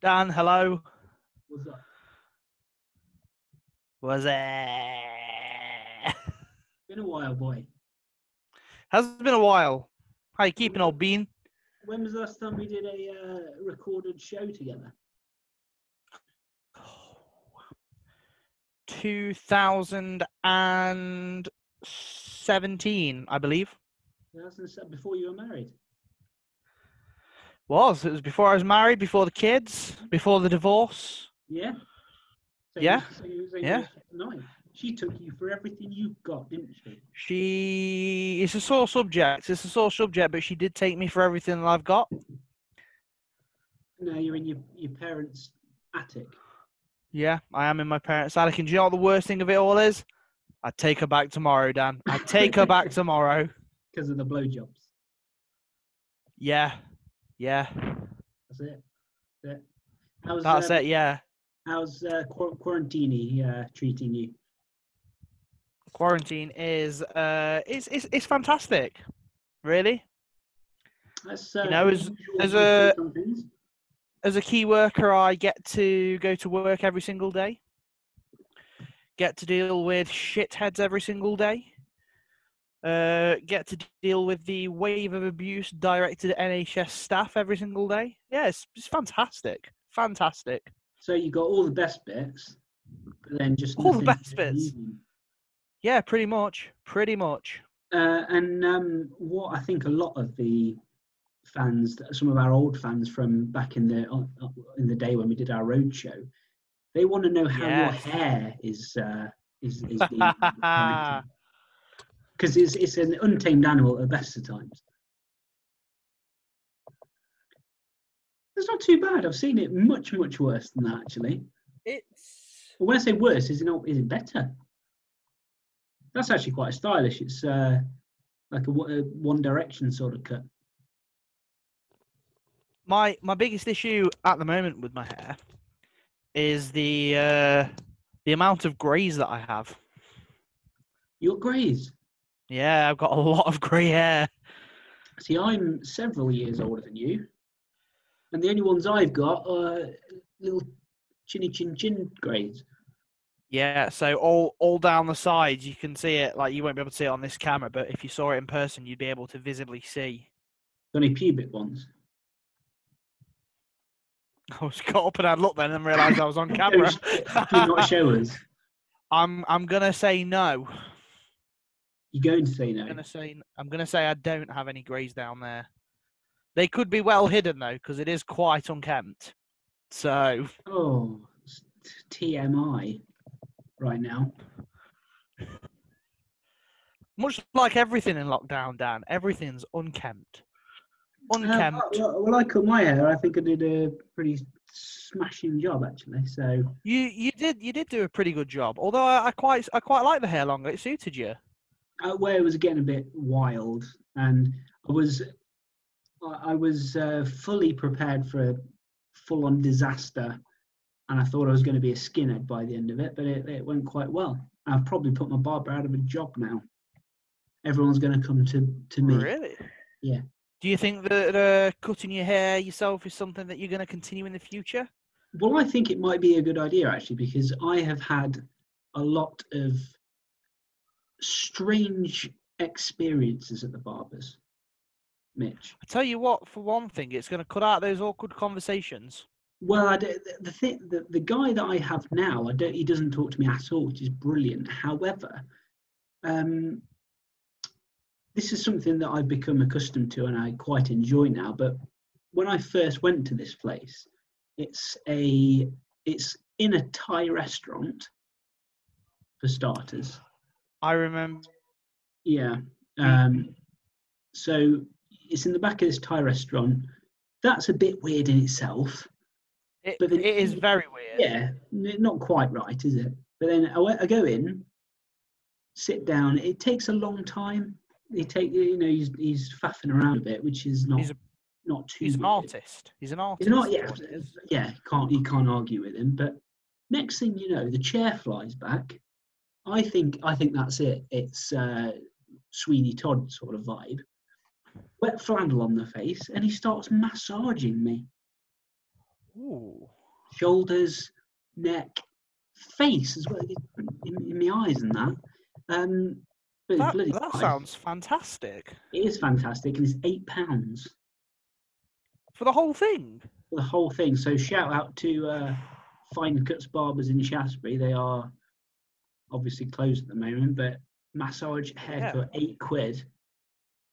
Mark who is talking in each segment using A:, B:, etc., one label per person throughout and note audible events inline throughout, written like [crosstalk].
A: Dan, hello.
B: What's up?
A: Was it?
B: Been a while, boy.
A: Has been a while. How you keeping, old bean?
B: When was the last time we did a uh, recorded show together?
A: 2017, I believe.
B: That's in Sep- before you were married.
A: Was it was before I was married, before the kids, before the divorce.
B: Yeah. So you-
A: Yeah.
B: so you- so you
A: Yeah.
B: were nine. She took you for everything you got, didn't she?
A: She it's a sore subject. It's a sore subject, but she did take me for everything that I've got.
B: Now you're in your, your parents' attic.
A: Yeah, I am in my parents' attic. And do you know what the worst thing of it all is? I'd take her back tomorrow, Dan. I'd take her back tomorrow.
B: because of the blowjobs.
A: Yeah. Yeah.
B: That's it. That's it. How's,
A: That's
B: uh,
A: it, yeah.
B: How's uh, qu- quarantini uh, treating you?
A: Quarantine is uh it's it's, it's fantastic. Really?
B: That's uh,
A: You know, as-
B: unusual
A: as
B: these days
A: a-
B: on things.
A: As a key worker, I get to go to work every single day. Get to deal with shitheads every single day. Uh, get to deal with the wave of abuse directed at NHS staff every single day. Yeah, it's, it's fantastic. Fantastic.
B: So you got all the best bits, but then just
A: All the
B: nothing
A: best
B: to
A: bits.
B: leave.
A: Yeah, pretty much. Pretty much.
B: Uh, and um, what I think a lot of the fans, some of our old fans from back in the on- on- in the day when we did our road show, they want to know how
A: Yes.
B: your hair is uh, is is because it's it's an untamed animal at the best of times. It's not too bad. I've seen it much much worse than that actually.
A: It's
B: But when I say worse, is it not? Is it better? That's actually quite stylish. It's uh, like a, wa- a One Direction sort of cut.
A: my my biggest issue at the moment with my hair is the uh, the amount of greys that I have.
B: Your greys.
A: Yeah, I've got a [laughs] lot of grey hair.
B: See, I'm several years older than you, and the only ones I've got are little chinny chin chin greys.
A: Yeah, so all all down the sides you can see it. Like you won't be able to see it on this camera, but if you saw it in person, you'd be able to visibly see. [laughs]
B: Only pubic ones.
A: I was caught up and I'd look then and realised I was on camera.
B: Do not show us.
A: [laughs] I'm I'm gonna say no.
B: You're going to say
A: I'm
B: no.
A: gonna say I'm gonna say I don't have any greys down there. They could be well hidden though, because it is quite unkempt. So.
B: Oh, it's t- TMI right now.
A: Much like everything in lockdown, Dan, everything's unkempt.
B: Um,
A: Unkempt.
B: well, well, I cut my hair. I think I did a pretty smashing job actually. So
A: You you did you did do a pretty good job. Although I, I quite I quite like the hair longer. It suited you.
B: uh, where it was getting a bit wild, and I was, I I was uh, fully prepared for a full-on disaster, and I thought I was going to be a skinhead by the end of it, but it, it went quite well. I've probably put my barber out of a job now. Everyone's going to come to to me.
A: Really?
B: Yeah.
A: Do you think that uh, cutting your hair yourself is something that you're going to continue in the future?
B: Well, I think it might be a good idea actually because I have had a lot of strange experiences at the barbers, Mitch.
A: I tell you what, for one thing, it's going to cut out those awkward conversations.
B: Well, I don't- the, the, thing, the the guy that I have now, I don't. He doesn't talk to me at all, which is brilliant. However, um, this is something that I've become accustomed to and I quite enjoy now. But when I first went to this place, it's a it's in a Thai restaurant for starters.
A: I remember.
B: Yeah. Um, so it's in the back of this Thai restaurant. That's a bit weird in itself.
A: It,
B: But
A: it
B: then-
A: is very weird.
B: yeah, n- not quite right, is it? But then I, went- I go in, sit down. It takes a long time. He take you know he's he's faffing around a bit, which is not
A: He's a-
B: not too.
A: He's an
B: weird.
A: artist. He's an artist.
B: He's not yeah
A: what it is.
B: yeah you can't you can't argue with him. But next thing you know, the chair flies back. I think I think that's it. It's uh, Sweeney Todd sort of vibe. Wet flannel on the face, and he starts massaging me.
A: Ooh.
B: shoulders, neck, face as well, in, in my eyes and that. Um, but it's
A: That,
B: bloody
A: that
B: nice.
A: sounds fantastic.
B: It is fantastic, and it's eight pounds
A: For the whole thing.
B: for the whole thing. So shout out to uh, Fine Cuts Barbers in Shaftesbury. They are obviously closed at the moment, but massage haircut eight quid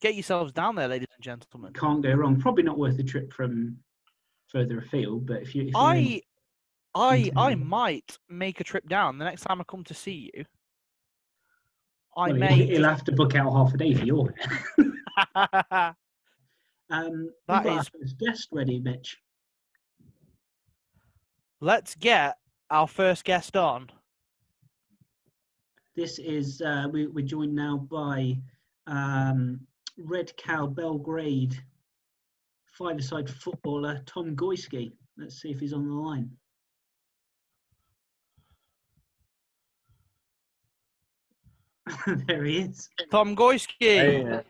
A: Get yourselves down there, ladies and gentlemen.
B: can't go wrong. Probably not worth a trip from further afield, but if you if you're in-
A: I I I
B: Mhm.
A: might make a trip down the next time I come to see you. I
B: well, [laughs]
C: [laughs]
A: may
B: he'll have to book out half a day for your hair.
A: just-
B: Um, we've
A: That
B: got our
A: is-
B: first guest ready, Mitch.
A: [laughs] Let's get our first guest on.
B: This is uh, we, we're joined now by um, Red Cow Belgrade five-a-side footballer Tom Goyski. Let's see if he's on the line. [laughs] there he is.
A: Tom Goyski.
C: Hey,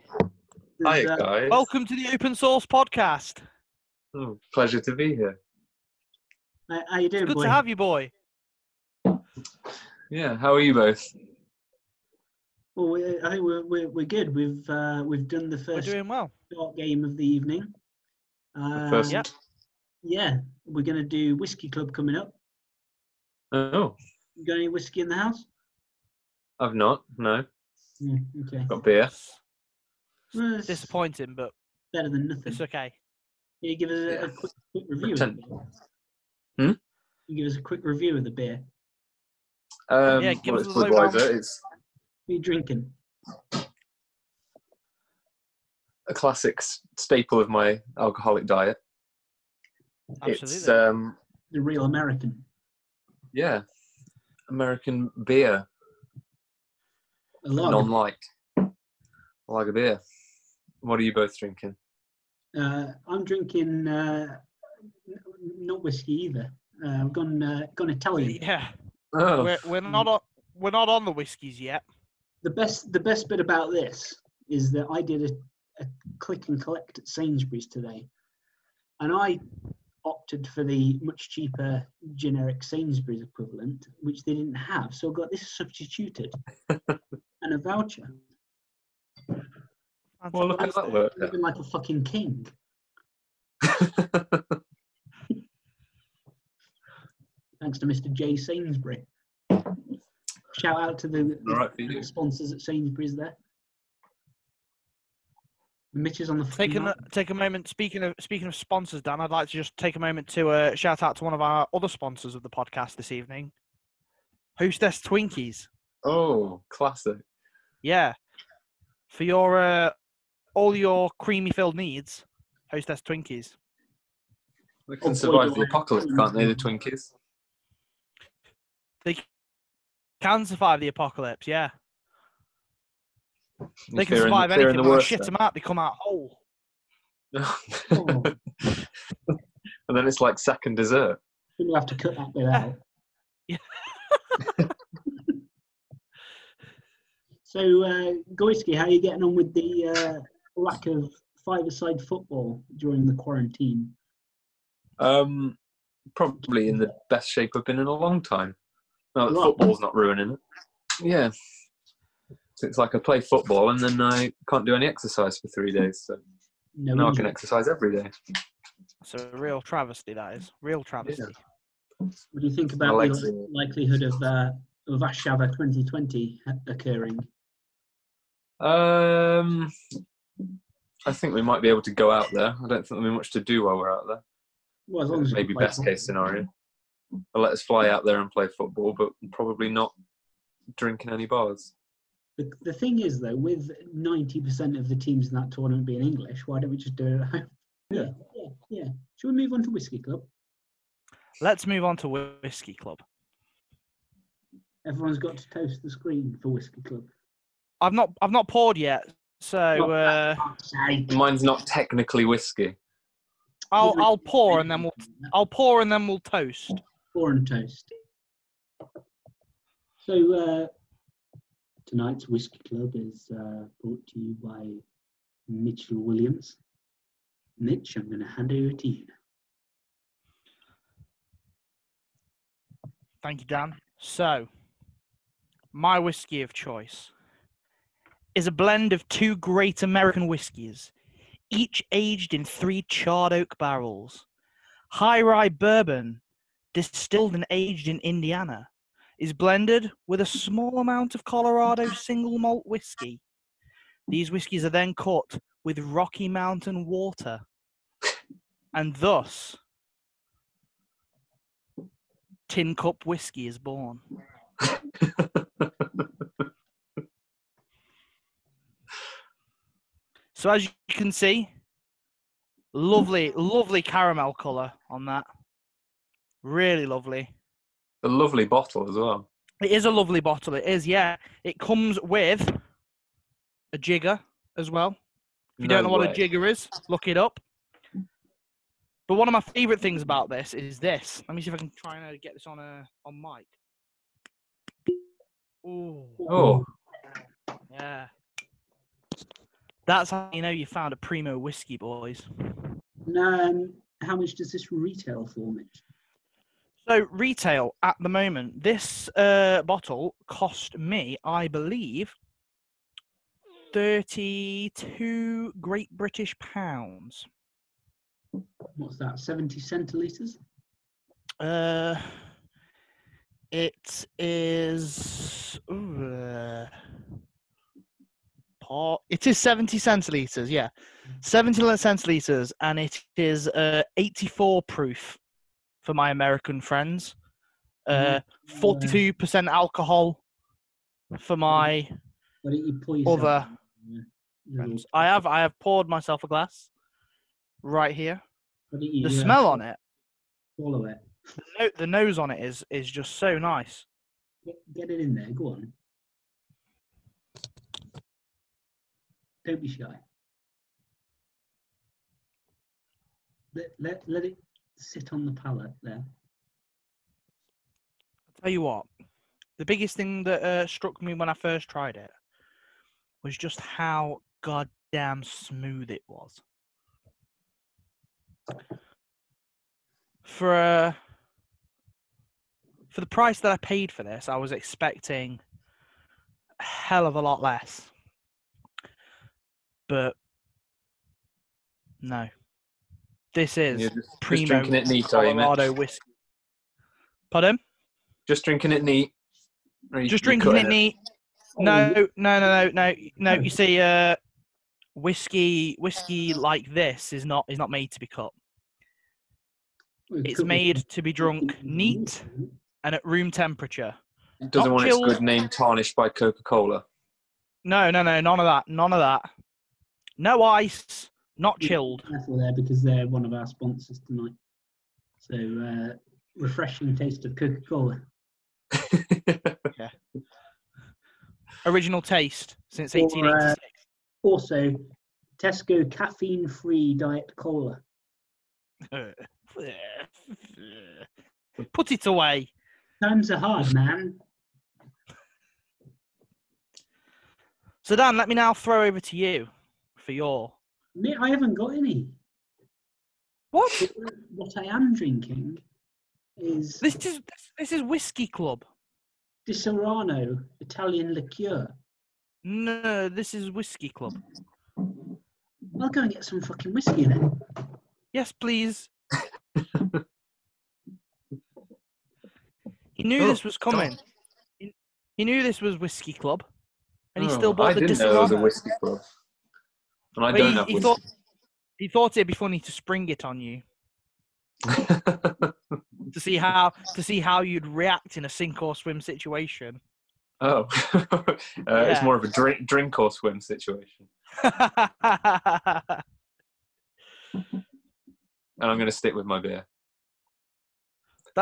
C: hi
B: There's, uh,
C: guys.
A: Welcome to the Open Source Podcast.
C: Hmm, pleasure to be here.
B: h- how you doing,
A: Good
B: boy?
A: to have you, boy.
C: Yeah, how are you both?
B: Well, we, I think we're, we're, we're good. We've uh, we've done the
A: We're
B: first
A: doing well.
B: dark game of the evening.
C: The
B: Uh,
C: first.
A: um, Yep.
B: Yeah, we're gonna do whiskey club coming up.
C: Oh,
B: You got any whiskey in the house?
C: I've not. No,
B: Yeah, Mm, okay.
C: got beer.
B: Well, it's
A: Disappointing, but
B: better than nothing.
A: it's okay.
B: Can you give us a, a
C: Yeah.
B: quick, quick review? Of
C: Pretend-
B: the beer?
C: Hmm?
B: You give us a quick review of the beer.
C: Um,
A: Yeah, give
C: well,
A: us
C: it's
A: a lowdown.
C: Budweiser. It's
B: What are you drinking?
C: a classic s- staple of my alcoholic diet. It's
A: Absolutely.
C: um,
B: The real American.
C: yeah, American beer,
B: A
A: Oh.
B: lager.
C: non-like lager beer. What are you both drinking?
B: Uh, I'm drinking uh, n- not whiskey either. Uh, I've gone uh, gone Italian.
A: [laughs] yeah.
C: Oh,
A: We're, we're not on, we're not on the whiskies yet.
B: The best the best bit about this is that I did a, a click and collect at Sainsbury's today, and I opted for the much cheaper generic Sainsbury's equivalent, which they didn't have. So I got this substituted and a voucher.
C: well, look at that
A: Fantastic.
C: work.
B: Living like a fucking king.
C: there.
B: Thanks to Mr. J Sainsbury. Shout out to the,
C: All right for
B: the
C: you.
B: sponsors at Sainsbury's there. Mitch is on the
A: Take
B: fucking
A: a, take a moment. Speaking of speaking of sponsors, Dan, I'd like to just take a moment to uh, shout out to one of our other sponsors of the podcast this evening, Hostess Twinkies.
C: Oh, classic.
A: Yeah, for your uh, all your creamy filled needs, Hostess Twinkies.
C: They
B: Oh, boy,
C: can survive
B: do
C: the
B: I-
C: apocalypse, can't they? The Twinkies.
A: Can survive the apocalypse. Yeah, they
C: If
A: can
C: they're in-
A: survive
C: if they're in
A: anything.
C: the
A: When I
C: worst,
A: shit
C: then.
A: them out, they come out whole. [laughs]
C: [laughs]
B: Oh.
C: and then it's like second dessert.
B: [laughs] We'll have to cut that bit out.
A: Yeah.
B: so, uh, Goyski, how are you getting on with the uh, lack of five-a-side football during the quarantine?
C: Um, probably in the best shape I've been in a long time. Now that
B: Right.
C: football's not ruining it. Yeah. So it's like I play football and then I can't do any exercise for three days. So
B: No,
C: now I
B: injury.
C: can exercise every day.
A: It's a real travesty. That is real travesty.
B: What do you think about
C: legs
B: the
C: are-
B: likelihood of uh, of Ashava 2020 ha- uh, occurring?
C: Um, I think we might be able to go out there. I don't think there'll be much to do while we're out there.
B: Well, as long as you
C: Maybe
B: play
C: best
B: football.
C: case scenario. They'll let us fly out there and play football, but probably not drinking any bars.
B: The, the thing is, though, with 90% of the teams in that tournament being English, why don't we just do it at home?
C: Yeah.
B: yeah, yeah. Should we move on to Whiskey Club?
A: Let's move on to Whiskey Club.
B: Everyone's got to toast the screen for Whiskey Club.
A: I've not I've not poured yet,
B: Not
A: so uh,
C: Mine's not technically whiskey.
A: I'll I'll pour and then we'll I'll pour and then we'll toast.
B: pour and toast. So uh, tonight's Whiskey Club is uh, brought to you by Mitchell Williams. Mitch, I'm going to hand over to you.
A: Thank you, Dan. So, my whiskey of choice is a blend of two great American whiskies, each aged in three charred oak barrels. High rye bourbon, distilled and aged in Indiana, is blended with a small amount of Colorado single malt whiskey. These whiskies are then cut with Rocky Mountain water, and thus tin cup whiskey is born. so as you can see, lovely, lovely caramel colour on that. Really lovely.
C: A lovely bottle as well.
A: It is a lovely bottle. It is, yeah. It comes with a jigger as well. If you don't
C: No
A: know what
C: way.
A: a jigger is, look it up. But one of my favourite things about this is this. Let me see if I can try and uh, get this on a on mic. Ooh,
C: Oh,
A: yeah. That's how you know you found a primo whiskey, boys.
B: Now, um, how much does this retail for, Mitch?
A: So retail at the moment, this uh, bottle cost me, I believe, thirty-two Great British pounds.
B: What's that? Seventy centiliters?
A: Uh, it is. ooh, uh, par- it is 70 centiliters, yeah. 70 li- centiliters, and it is uh, 84 proof for my American friends. Uh, 42% alcohol for my
B: Why don't you pour yourself
A: Other
B: a, uh, little-
A: friends. I have I have poured myself a glass right here.
B: why don't you,
A: The
B: uh,
A: smell on it,
B: Swallow it.
A: the, no- the nose on it is is just so nice.
B: Get, get it in there. Go on. Don't be shy. Let, let, let it sit on the palate there.
A: tell you what, the biggest thing that uh, struck me when I first tried it was just how goddamn smooth it was. For uh, for the price that I paid for this, I was expecting a hell of a lot less, but no. This is
C: you're just, just
A: primo
C: drinking it neat, are you,
A: Colorado
C: Mitch?
A: whiskey. Pardon?
C: Just drinking it neat. Or you-
A: Just
C: you
A: drinking it
C: cutting
A: neat.
B: Oh,
A: No, no, no, no, no,
B: [laughs]
A: no. You see, uh, whiskey, whiskey like this is not is not made to be cut.
B: Oh, it
A: It's
B: could be-
A: made to be drunk neat and at room temperature.
C: It doesn't
A: Not
C: want
A: chilled.
C: its good name tarnished by Coca Cola.
A: No, no, no, none of that, none of that. No ice, not chilled.
B: Careful there because they're one of our sponsors tonight. So, uh, refreshing taste of Coca Cola.
A: Original taste since
B: Or, uh,
A: 1886.
B: Also, Tesco caffeine free diet cola.
A: [laughs] Put it away.
B: Times are hard, man.
A: So Dan, let me now throw over to you for your
B: Mate, I haven't got any.
A: what?
B: But What I am drinking is
A: This is this, this is whiskey club.
B: Di Serrano Italian liqueur.
A: No, this is whiskey club.
B: I'll go and get some fucking whiskey then.
A: Yes, please. he knew
C: Oh,
A: this was coming. He, he knew this was Whiskey Club, and he still
C: [laughs] Oh,
A: bought
C: I
A: the
C: didn't know there was a
A: Disaronno.
C: whiskey club. And I
A: But
C: don't
A: he,
C: have
A: he
C: whiskey.
A: thought he thought it'd be funny to spring it on you to see how to see how you'd react in a sink or swim situation.
C: [laughs]
A: [laughs]
C: oh, [laughs] uh,
A: Yeah.
C: it's more of a drink, drink or swim situation.
A: That's
C: And I'm going to stick with my beer.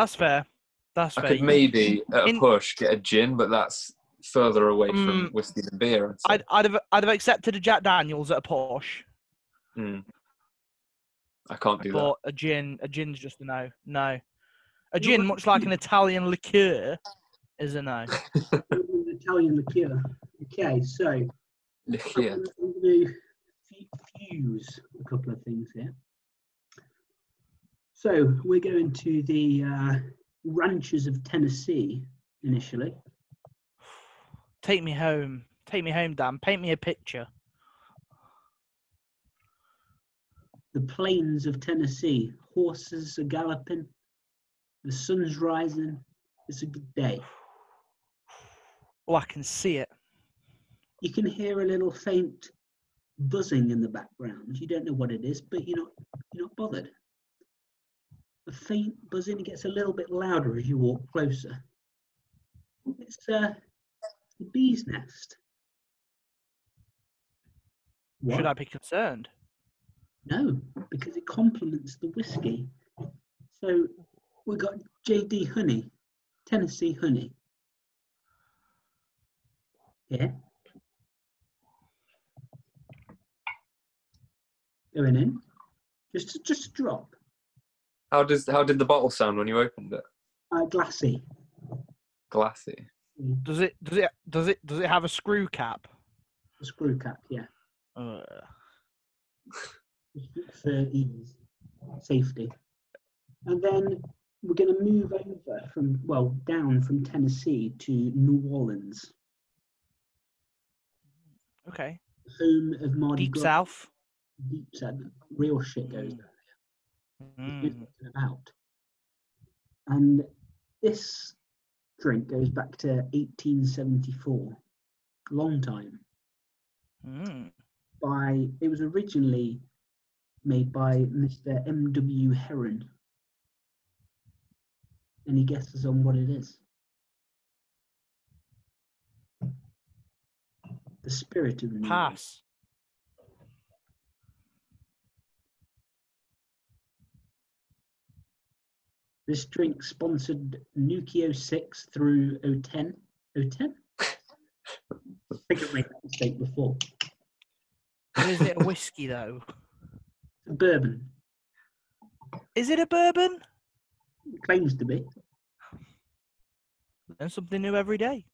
A: fair. That's
C: I
A: fair.
C: could maybe at a
A: In-
C: push get a gin, but that's further away from
A: Mm.
C: whiskey than beer. I'd say.
A: I'd, I'd have I'd have accepted a Jack Daniels at a Porsche,
C: Mm. I can't do [laughs] that.
A: but a gin a gin's just a no. No, a
B: You're
A: gin,
B: right.
A: much like an Italian liqueur, is a no.
B: Italian liqueur. Okay, so
C: Liqueur.
B: I'm going to fuse a couple of things here. So we're going to the uh, Ranchers of Tennessee initially.
A: Take me home. Take me home, Dan. Paint me a picture.
B: The plains of Tennessee, horses are galloping, the sun's rising. It's a good day.
A: Oh, I can see it.
B: You can hear a little faint buzzing in the background. You don't know what it is, but you're not you're not bothered. The faint buzzing gets a little bit louder as you walk closer. It's uh, a bee's nest.
A: Should I be concerned?
B: No, because it complements the whiskey. So we've got JD Honey, Tennessee Honey. Yeah. Going in. Just just a drop.
C: How does how did the bottle sound when you opened it?
B: Uh, glassy.
C: Glassy.
A: Does it? Does it? Does it? Does it have a screw cap?
B: A screw cap, yeah.
A: Uh,
B: Just For ease, safety. And then we're going to move over from, well, down from Tennessee to New Orleans,
A: okay.
B: home of Mardi
A: Deep
B: Gras.
A: South.
B: Deep South. Real shit goes
A: Mm.
B: down. It's
A: Mm.
B: nothing about. And this drink goes back to 1874, long time.
A: Mm.
B: By it was originally made by Mr. M. W. Heron. Any guesses on what it is? The spirit of the
C: Mm.
B: New Orleans.
A: Pass.
B: This drink sponsored Nuki 06 through 010. 010? I think I've made that mistake before.
A: Is it a whiskey though?
B: Bourbon
A: Is it a bourbon?
B: it claims to be.
A: Learn something new every day.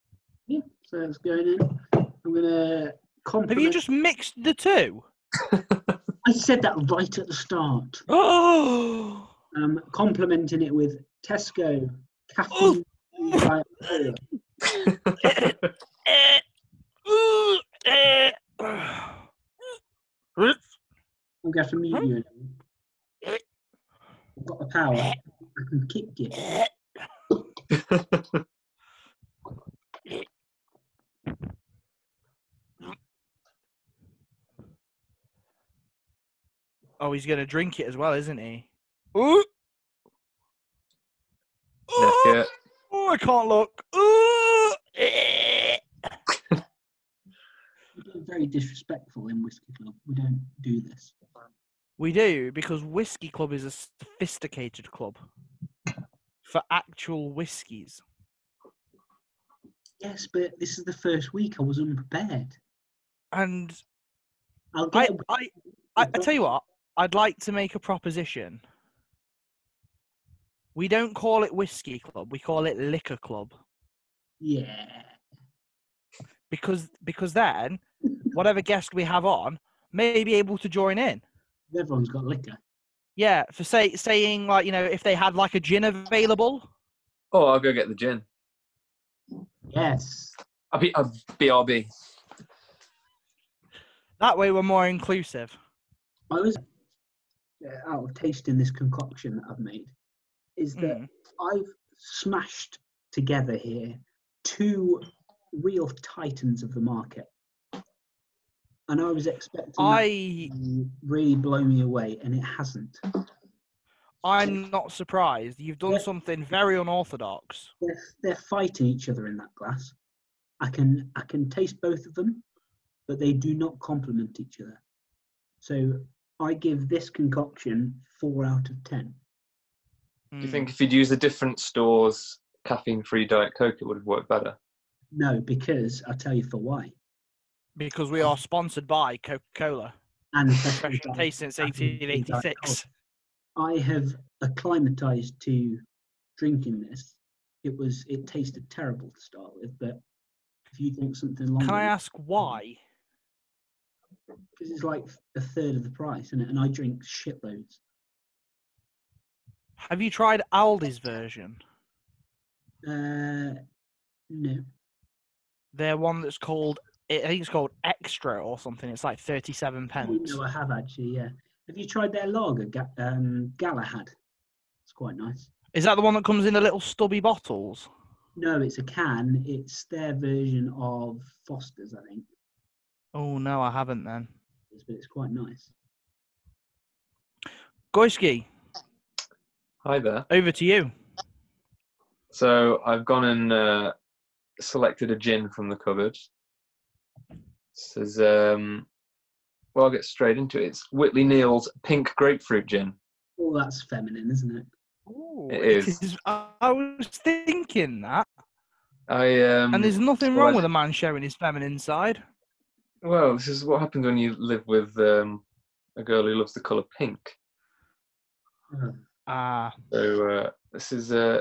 B: Yeah, so that's going in. I'm going to
A: Have
B: compliment.
A: you just mixed the two?
C: [gasps]
A: [laughs]
B: I said that right at the start.
A: Oh,
B: Um, complimenting it with Tesco, caffeine, diarrhea.
A: eh, ooh, eh. I've
B: I'm going to have to mute you. I've got the power. I can kick you.
A: Oh, he's gonna drink it as well, isn't he? Ooh.
C: Neck it.
A: Oh, I can't look. Ooh. Eh.
B: You're very disrespectful in Whiskey Club. We don't do this.
A: We do because Whiskey Club is a sophisticated club for actual whiskies.
B: Yes, but this is the first week I was unprepared.
A: And
B: I'll
A: I,
B: get away
A: I, I, I
B: with
A: tell you what, I'd like to make a proposition. We don't call it Whiskey Club. We call it Liquor Club.
B: Yeah.
A: because because
C: [laughs]
A: then whatever guest we have on may be able to join in.
B: Everyone's got liquor.
A: Yeah, for say saying like you know if they had like a gin available.
C: Oh, I'll go get the gin.
B: Yes.
C: I'll be I'll BRB.
A: That way we're more inclusive.
B: I was uh, out of taste in this concoction that I've made. Is that
A: Mm.
B: I've smashed together here two real titans of the market. And I was expecting that
A: I
B: to really blow me away, and it hasn't.
A: I'm not surprised. You've done
B: Yeah.
A: something very unorthodox.
B: they're, they're fighting each other in that glass. I can I can taste both of them, but they do not complement each other. So I give this concoction four out of ten.
C: Do
A: Mm.
C: you think if you'd used a different store's caffeine-free diet coke, it would have worked better?
B: No, because I'll tell you for why.
A: because we are sponsored by Coca-Cola,
B: And
A: fresh
B: especially
A: in taste since 1886.
B: I have acclimatized to drinking this. It was it tasted terrible to start with, but if you drink something longer,
A: Can I ask why?
B: because it's like a third of the price, and and I drink shitloads.
A: Have you tried Aldi's version?
B: Uh, no.
A: They're one that's called I think it's called Extra or something. It's like thirty-seven
B: Oh,
A: pence.
B: no, I have actually. Yeah. Have you tried their lager, Ga- um, Galahad? It's quite nice.
A: Is that the one that comes in the little stubby bottles?
B: No, it's a can. It's their version of Foster's, I think,
A: Oh no, I haven't. Then
B: but it's quite nice.
A: Goiski,
C: Hi there.
A: over to you.
C: So I've gone and uh, selected a gin from the cupboard. This is, um, well, I'll get straight into it. It's Whitley Neal's Pink Grapefruit Gin.
B: Oh, that's feminine, isn't it?
A: Ooh,
C: It is.
A: I I was thinking that,
C: I um,
A: and there's nothing wrong
C: well,
A: with a man showing his feminine side.
C: well, this is what happens when you live with um, a girl who loves the colour pink.
B: Oh,
A: Ah,
C: So uh, this is uh,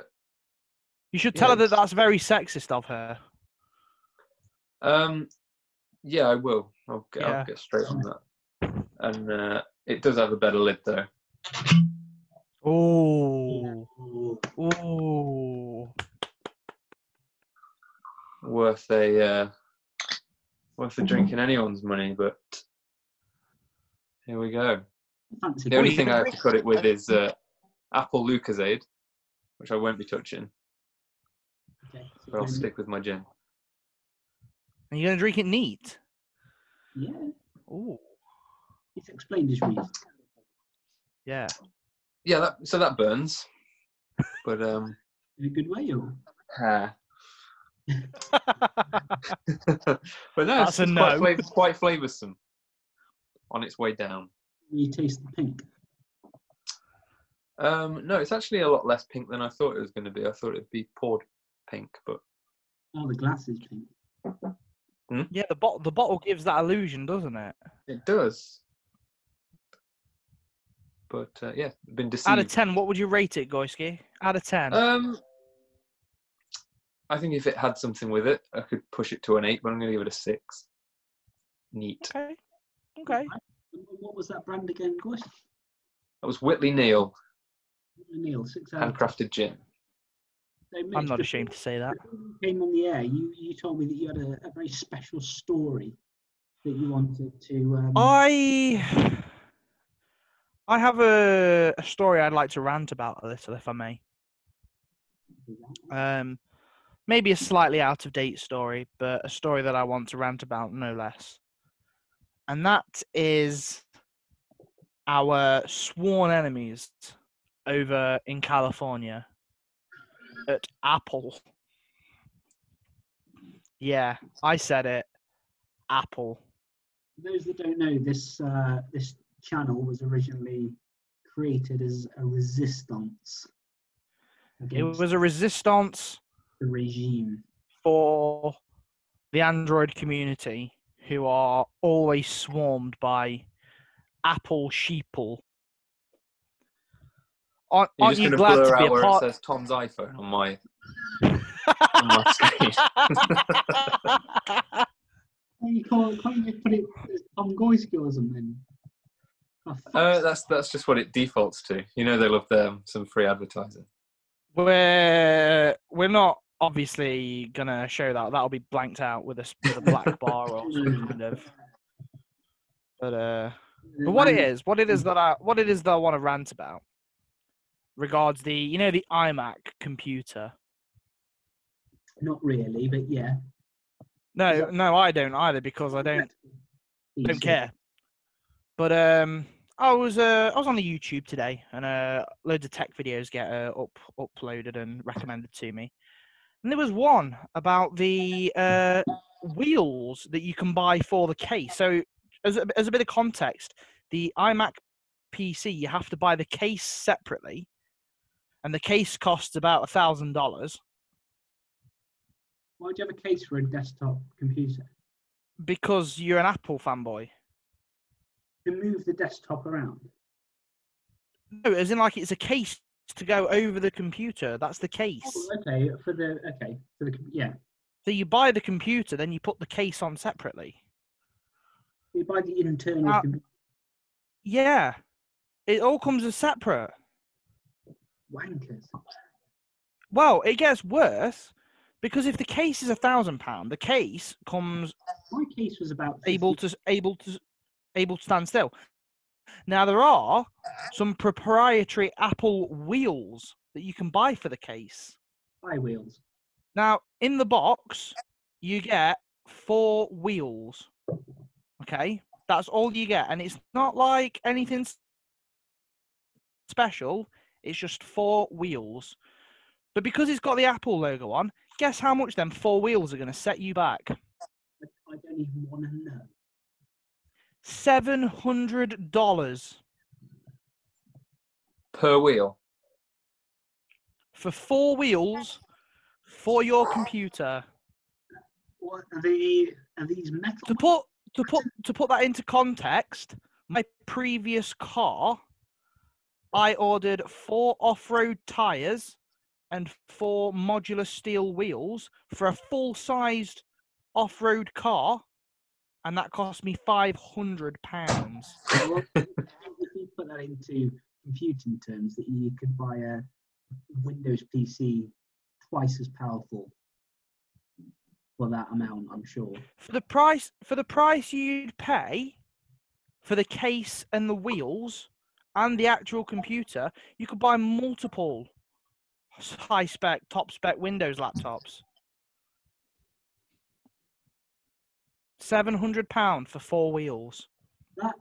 A: you should tell her that
C: Yes.
A: that's very sexist of her.
C: Um, yeah, I will. I'll get,
A: Yeah.
C: I'll get straight on that. And uh, it does have a better lid though.
A: Oh,
B: oh,
A: oh,
C: Worth a uh, worth a
A: Mm-hmm.
C: drink in anyone's money, but here we go.
B: fancy.
C: The only
B: that.
C: thing I have to cut it with is uh, apple Lucasade, which I won't be touching.
B: Okay, so
C: But I'll
A: Mm-hmm.
B: then-
C: stick with my gin.
A: and you're gonna drink it neat.
B: Yeah,
A: Oh,
B: he's explained his reason.
A: [laughs] yeah.
C: Yeah, that, so that burns, but um,
B: In a good way, or
C: ah. [laughs] but no,
A: That's
C: it's,
A: a
C: it's
A: no.
C: quite, flav- quite flavoursome on its way down.
B: you taste the pink.
C: Um, no, it's actually a lot less pink than I thought it was going to be. I thought it'd be poured pink, but
B: Oh, the glass is pink.
A: Yeah, the bottle the bottle gives that illusion, doesn't it?
C: it does. But uh, yeah, been
A: Out of
C: deceived.
A: ten, what would you rate it, Goiski? Out of ten.
C: Um, I think if it had something with it, I could push it to an eight, but I'm going to give it a six. Neat.
A: okay. Okay.
B: And What was that brand again, Gosh?
C: That was Whitley Neal
B: Neil, six hours.
C: handcrafted gin.
A: I'm not ashamed to say that.
B: Came on the air. You you told me that you had a, a very special story that you wanted to. Um,
A: I I have a, a story I'd like to rant about a little, if I may. Um, maybe a slightly out of date story, but a story that I want to rant about no less. And that is our sworn enemies over in California at Apple. Yeah, I said it. Apple.
B: For those that don't know, this uh, this channel was originally created as a resistance
A: It
B: against
A: was a resistance
B: the regime.
A: for the Android community who are always swarmed by Apple sheeple. Aren't,
C: You're
A: aren't
C: just
A: you
C: gonna
A: glad
C: blur
A: to be
C: out
A: a
C: where
A: part?
C: it says Tom's iPhone
A: [laughs]
C: on my on my screen.
A: [laughs]
B: Why You can't, can't you just put it as Tom Goyski or something? Oh, fuck.
C: Uh, that's that's just what it defaults to. You know they love them some free advertising.
A: we're we're not obviously gonna show that. That'll be blanked out with a, s- with a black bar or some kind of. But uh. But what it is, what it is that I what it is that I want to rant about regards the you know the iMac computer.
B: Not really, but yeah.
A: No, no, I don't either because I don't don't care. But um, I was uh, I was on the YouTube today, and uh, loads of tech videos get uh, up uploaded and recommended to me. And there was one about the uh, wheels that you can buy for the case. So, as a, as a bit of context, the iMac PC you have to buy the case separately, and the case costs about a thousand dollars.
B: Why do you have a case for a desktop computer?
A: Because you're an Apple fanboy.
B: To move the desktop around.
A: No, as in like it's a case to go over the computer. That's the case.
B: Oh, okay, for the okay for the com- yeah.
A: So you buy the computer, then you put the case on separately.
B: You buy the internal.
A: Uh,
B: com-
A: Yeah, it all comes as separate.
B: wankers.
A: Well, it gets worse because if the case is a thousand pound, the case comes
B: My case was about
A: able to able to able to stand still. Now there are some proprietary Apple wheels that you can buy for the case.
B: high wheels.
A: Now, in the box, you get four wheels. Okay, that's all you get, and it's not like anything s- special. It's just four wheels. But because it's got the Apple logo on, guess how much them four wheels are going to set you back?
B: I, I don't even want to know.
A: Seven hundred dollars
C: per wheel.
A: for four wheels for your computer.
B: What are the are these metal?
A: to put to put to put that into context, my previous car, I ordered four off-road tires and four modular steel wheels for a full-sized off-road car, and that cost me five hundred pounds.
B: Well, if you put that into computing terms, that you could buy a Windows PC twice as powerful for that amount, I'm sure.
A: For the price for the price you'd pay for the case and the wheels and the actual computer, you could buy multiple high spec, top spec Windows laptops. Seven hundred pound for four wheels.
B: That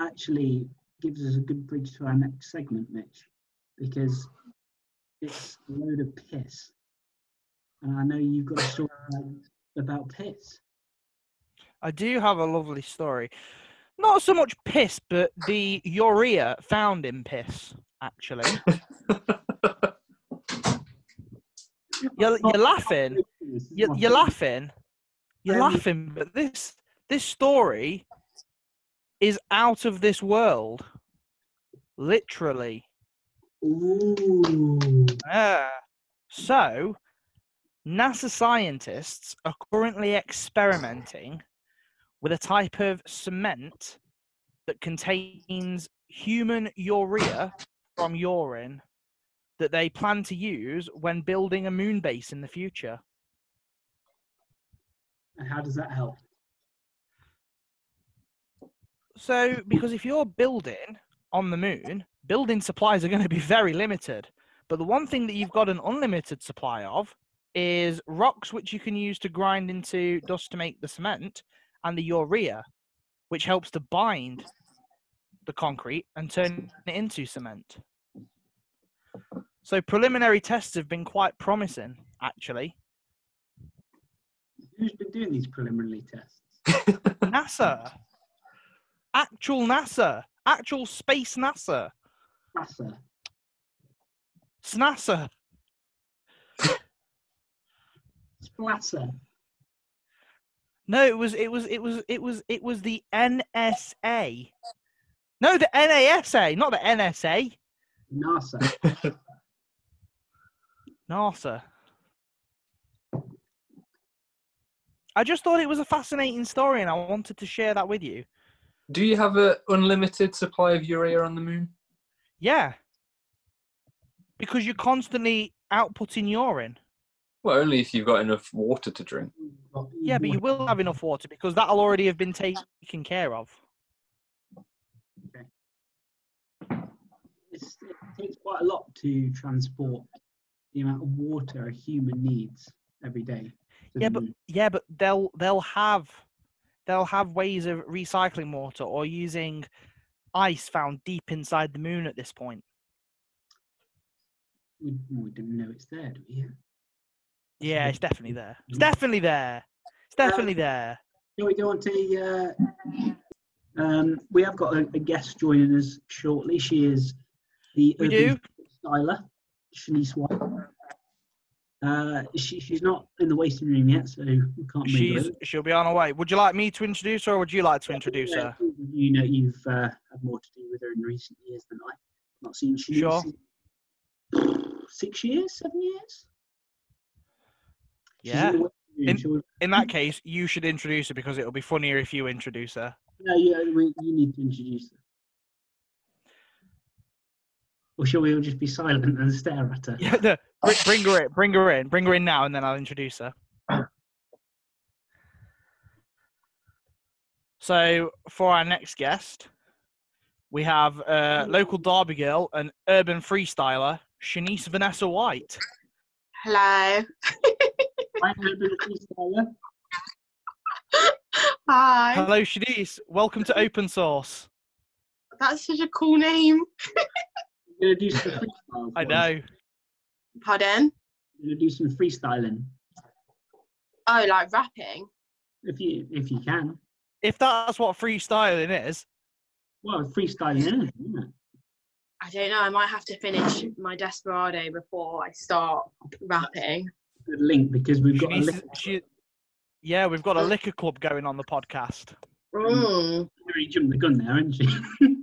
B: actually gives us a good bridge to our next segment, Mitch, because it's a load of piss. And I know you've got a story about, about piss.
A: I do have a lovely story. Not so much piss, but the urea found in piss. Actually, you're, you're laughing.
B: Oh, This is
A: you're,
B: my
A: you're
B: favorite.
A: laughing. You're
B: Um,
A: laughing, but this this story is out of this world, literally.
B: Ooh.
A: Ah. So, NASA scientists are currently experimenting with a type of cement that contains human urea from urine that they plan to use when building a moon base in the future.
B: And how does that help?
A: So, because if you're building on the moon, building supplies are going to be very limited. But the one thing that you've got an unlimited supply of is rocks, which you can use to grind into dust to make the cement, and the urea, which helps to bind the concrete and turn it into cement. So, preliminary tests have been quite promising, actually.
B: Who's been doing these preliminary tests?
A: NASA, actual NASA, actual space NASA.
B: NASA.
A: SNASA.
B: Splatter.
A: No, it was it was it was it was it was the NSA. No, the NASA, not the NSA.
B: NASA.
A: NASA. I just thought it was a fascinating story and I wanted to share that with you.
C: Do you have an unlimited supply of urea on the moon?
A: Yeah. Because you're constantly outputting urine.
C: Well, only if you've got enough water to drink.
A: Yeah, but you
B: Mm-hmm.
A: will have enough water because that'll already have been taken care of.
B: It's, it takes quite a lot to transport the amount of water a human needs every day. to
A: Yeah,
B: the
A: but
B: moon.
A: yeah, but they'll they'll have they'll have ways of recycling water or using ice found deep inside the moon at this point.
B: we, we didn't know it's there, do we? Yeah.
A: Yeah, it's definitely there. It's
B: Mm.
A: definitely there. It's definitely there.
B: Shall we go on to the? Uh, um, we have got a, a guest joining us shortly. She is the
A: We
B: urban
A: do.
B: styler, Shanice White. Uh, she, she's not in the waiting room yet, so we can't move
A: She's
B: her.
A: she'll be on her way. Would you like me to introduce her, or would you like to introduce
B: Yeah,
A: her?
B: Uh, You know, you've uh, had more to do with her in recent years than I. Not seen she
A: Sure.
B: six years, seven years. She's in
A: Yeah.
B: the waiting room.
A: In-
B: Shall we-
A: In that case, you should introduce her because it'll be funnier if you introduce her. [laughs]
B: No, you, we, you need to introduce her. Or shall we all just be silent and stare at her?
A: Yeah, no, bring, bring her in. Bring her in. Bring her in now, and then I'll introduce her. [clears throat] So, for our next guest, we have uh, local Derby girl and urban freestyler Shanice Vanessa White.
D: Hello. [laughs]
B: Hi, Urban Freestyler.
D: Hi.
A: Hello, Shanice. Welcome to Open Source.
D: That's such a cool name.
B: You're gonna do some freestyles.
A: I
B: boys.
A: know.
D: Pardon?
B: You're gonna do some freestyling
D: Oh, like rapping.
B: if you if you can.
A: If that's what freestyling is,
B: Well, freestyling anything, isn't it?
D: I don't know. I might have to finish my Desperado before I start rapping.
B: Good link because we've got a
A: Shanice,
B: link
A: is- she, yeah, we've got a liquor club going on the podcast.
D: Mm.
B: Mary jumped the gun there, hasn't she? [laughs] you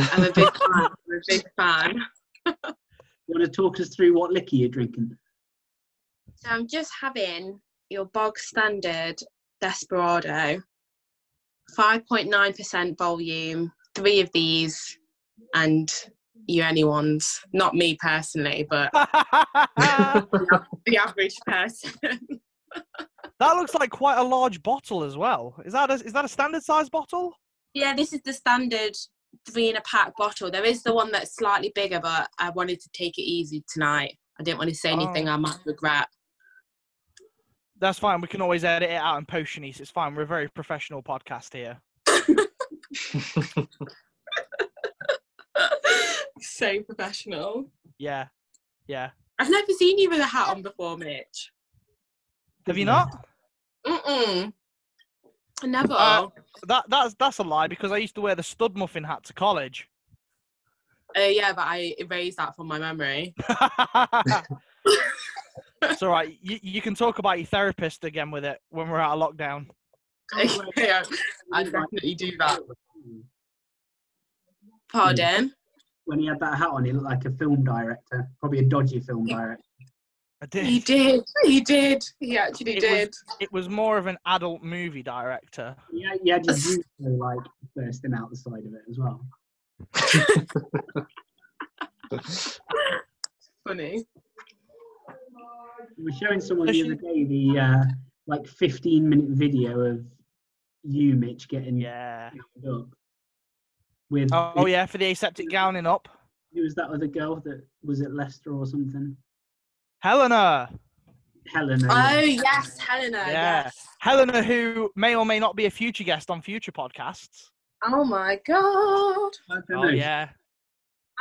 D: I'm a big fan. I'm a big fan.
B: want to talk us through what liquor you're drinking?
D: So I'm just having your bog standard Desperado, 5.9% volume, three of these, and you anyone's. Not me personally, but
A: that
D: the average person.
A: looks like quite a large bottle as well. Is that a, is that a standard size bottle?
D: yeah, this is the standard three in a pack bottle. There is the one that's slightly bigger, but I wanted to take it easy tonight. I didn't want to say
A: Oh.
D: anything I might regret.
A: That's fine. We can always edit it out and post Shanice. It's fine. We're a very professional podcast here.
D: [laughs] so professional.
A: Yeah, yeah.
D: I've never seen you with a hat on before, Mitch.
A: Have you
B: Yeah.
A: not?
D: Mm-mm. Never.
A: Uh, That that's that's a lie because I used to wear the stud muffin hat to college. [laughs]
D: Uh, yeah, but I erased that from my memory.
A: it's all right. You, you can talk about your therapist again with it when we're out of lockdown.
D: Oh, [laughs] Yeah, I definitely do that. Pardon?
B: When he had that hat on, he looked like a film director, probably a dodgy film director.
A: I
D: He
A: did.
D: did. He did. He actually
A: Hmm. It was-
D: did.
A: It was more of an adult movie director.
B: Yeah, yeah, just usually like bursting out the side of it as well.
D: Funny.
B: We were showing someone
A: Does
B: the
A: she-
B: other day the uh, like 15 minute video of you, Mitch, getting
A: Yeah.
B: gowned up with
A: Oh, oh, yeah, for the aseptic gowning up.
B: who was that other girl that was at Leicester or something?
A: Helena.
B: Helena.
D: Oh, yes, Helena.
A: Yeah.
D: Yes.
A: Helena, who may or may not be a future guest on future podcasts.
D: Oh, my God.
B: I don't
A: Oh
B: know,
A: yeah,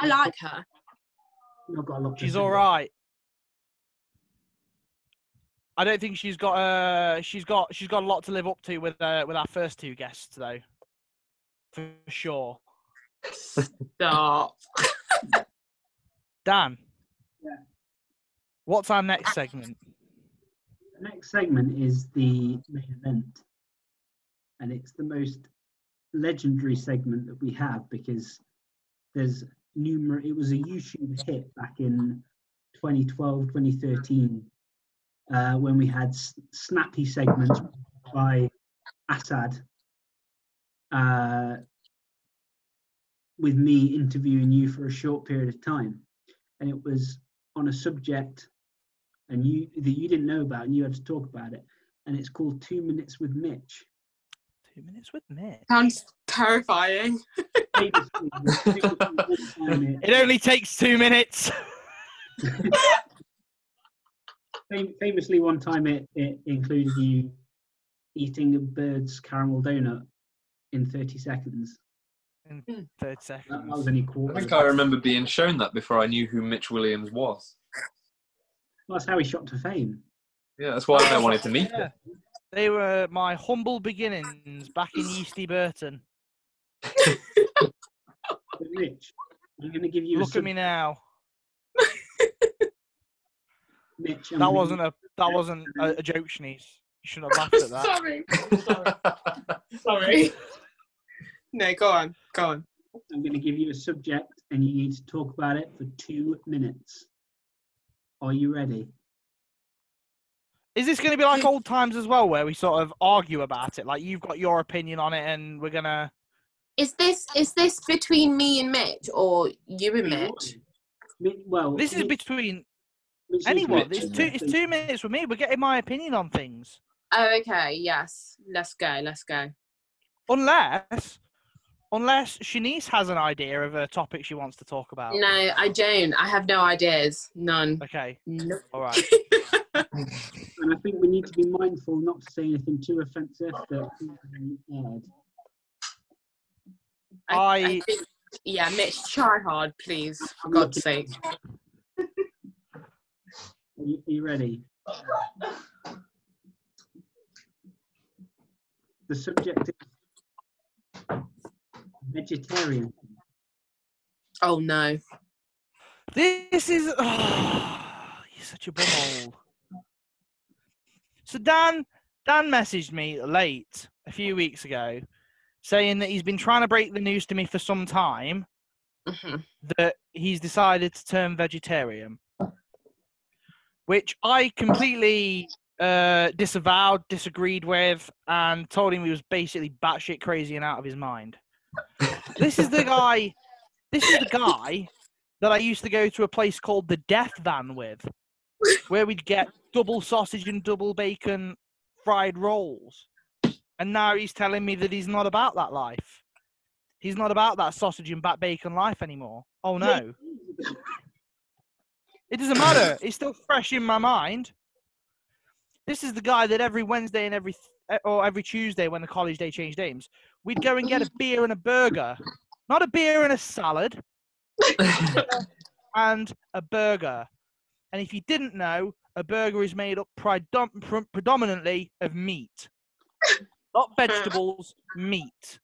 D: I like her.
B: she's not got a lot to
A: she's
B: say.
A: all right. I don't think she's got uh she's got she's got a lot to live up to with uh, with our first two guests though, for sure.
D: Stop.
A: Dan.
B: Yeah.
A: What's our next segment?
B: The next segment is the main event, and it's the most legendary segment that we have because there's numerous. It was a YouTube hit back in 2012, 2013, uh, when we had s- snappy segments by Assad, uh, with me interviewing you for a short period of time, and it was on a subject and you that you didn't know about and you had to talk about it and it's called two minutes with mitch
A: Two minutes with Mitch.
D: Sounds terrifying.
B: [laughs] Previously, we were talking all the time here.
A: It only takes two [laughs] minutes.
B: Fam- famously one time it, it included you eating a bird's caramel donut in 30 seconds
A: Third
B: that that was
A: second.
B: only
C: I
B: quarter
C: think I remember being shown that before I knew who Mitch Williams was.
B: that's how he shot to fame
C: Yeah, that's why I wanted to meet
A: Yeah. They were my humble beginnings back in Easty Burton.
B: but mitch i'm going to give you a
A: Look at
B: sub-
A: me now.
B: mitch I'm
A: That
B: gonna
A: wasn't a that
B: Yeah.
A: wasn't a, a joke, Shanice. You shouldn't have
D: [laughs]
A: laughed at that.
D: Sorry.
C: you. [laughs]
D: Sorry. [laughs] no, go on. Go on.
B: give you- i'm going to give you a subject and you need to talk about it for two minutes are you ready
A: Is this going to be like old times as well, where we sort of argue about it? Like you've got your opinion on it, and we're gonna.
D: Is this is this between me and Mitch or you and Mitch?
B: Me- Well,
A: This is
B: me-
A: between
B: this is
A: anyone.
C: Richard,
A: It's
B: Richard,
A: two.
B: I
A: It's
B: think.
A: two minutes for me. We're getting my opinion on things.
D: Oh, okay. Yes. Let's go. Let's go.
A: Unless, unless Shanice has an idea of a topic she wants to talk about.
D: No, I don't. I have no ideas. None.
A: Okay.
D: No.
A: All right.
B: And I think we need to be mindful not to say anything too offensive that can be aired.
A: I-
D: think- yeah, Mitch, try hard, please. For
B: I'm
D: God's
B: looking-
D: sake.
B: Are you, are you ready? The subject is vegetarian.
D: Oh no.
A: This is. oh, you're such a bumhole. So Dan, Dan messaged me late a few weeks ago, saying that he's been trying to break the news to me for some time
D: Mhm.
A: that he's decided to turn vegetarian, which I completely uh, disavowed, disagreed with, and told him he was basically batshit crazy and out of his mind. this is the guy. This is the guy that I used to go to a place called the Death Van with, where we'd get double sausage and double bacon fried rolls. And now he's telling me that he's not about that life. He's not about that sausage and bat bacon life anymore. Oh no. It doesn't matter. It's still fresh in my mind. This is the guy that every Wednesday and every th- eh, or every Tuesday when the college day changed names, we'd go and get a beer and a burger. Not a beer and a salad and a burger. And if you didn't know, a burger is made up predom- pre- predominantly of meat, not vegetables, meat.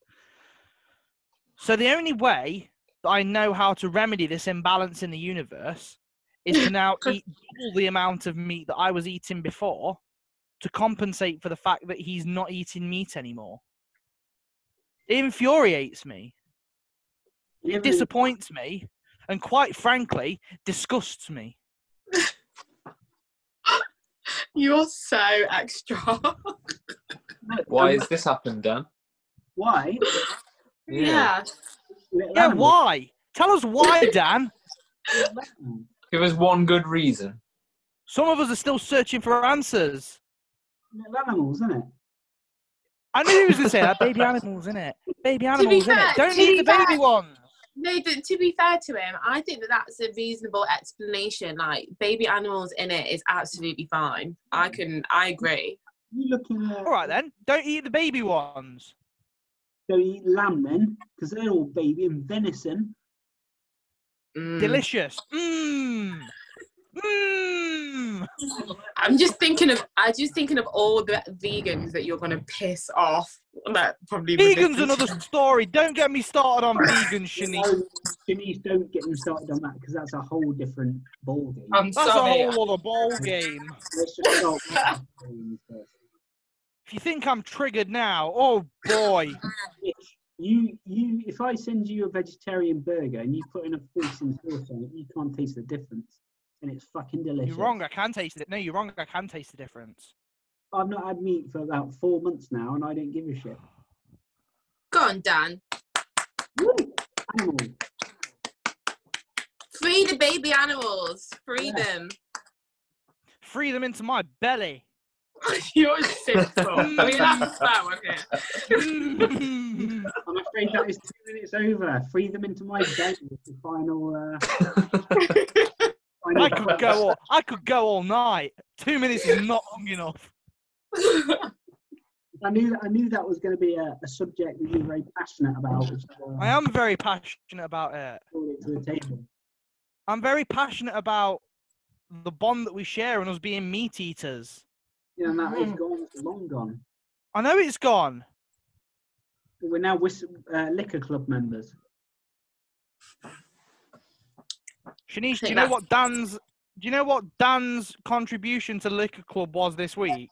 A: So the only way that I know how to remedy this imbalance in the universe is to now eat double the amount of meat that I was eating before to compensate for the fact that he's not eating meat anymore. It infuriates me
B: It
D: Hmm.
A: disappoints me and quite frankly disgusts me
D: You're so extra. [laughs]
C: Why has this happened, Dan?
B: Why?
D: yeah.
B: Little
A: yeah
B: animal.
A: why tell us
D: [laughs]
A: why dan
C: Give us one good reason.
A: some of us are still searching for answers
B: Little animals, isn't it?
A: i knew he was going to say that baby animals in it baby animals in
D: fair-
A: it don't
D: to
A: need
D: be
A: the baby
D: fair-
A: ones
D: No, th- to be fair to him, I think that that's a reasonable explanation. Like baby animals in it is absolutely fine.
A: Mm.
D: I can, I agree.
B: You looking at
A: all right then don't eat the baby ones
B: so you eat lamb then, because they're all baby and venison.
D: Mm.
A: delicious mmm mmm
D: I'm just thinking of, I'm just thinking of all the vegans that you're gonna piss off. That probably would
A: vegan's
D: listen
A: another
D: to-
A: story don't get me started on vegan shanice
B: No, Shanice, don't get them started on that because that's a whole different ball game.
D: [laughs]
B: [laughs]
D: I'm
A: that's
D: sorry.
A: a whole other ball game
B: Let's just start with that game first.
A: if you think i'm triggered now oh boy
B: Mitch, you you if I send you a vegetarian burger and you put enough grease and sauce on it, you can't taste the difference. And it's fucking delicious.
A: You're wrong. I can taste it. No, you're wrong. I can taste the difference.
B: I've not had meat for about four months now and I don't give a shit.
D: Go on, Dan.
B: Woo! Animal.
D: Free the baby animals. Free
B: Yeah.
A: [laughs]
D: them.
A: Free them into my belly.
D: You're [laughs] simple. we love that one here.
A: Mm.
B: I'm afraid that is two minutes over. Free them into
A: [laughs]
B: my belly is the final uh final
A: I could go. All, I could go all night. Two minutes is not long enough.
B: I knew I knew that was gonna be a, a subject that you were very passionate about, which is why
A: I am very passionate about it.
B: brought it to the table.
A: I'm very passionate about the bond that we share and us being meat eaters.
B: You know, that is gone long gone.
A: I know it's gone.
B: We're now whis- uh, liquor club members.
A: Shanice, do
D: think
A: you know
D: that's-
A: what Dan's? Do you know what Dan's contribution to Liquor Club was this week?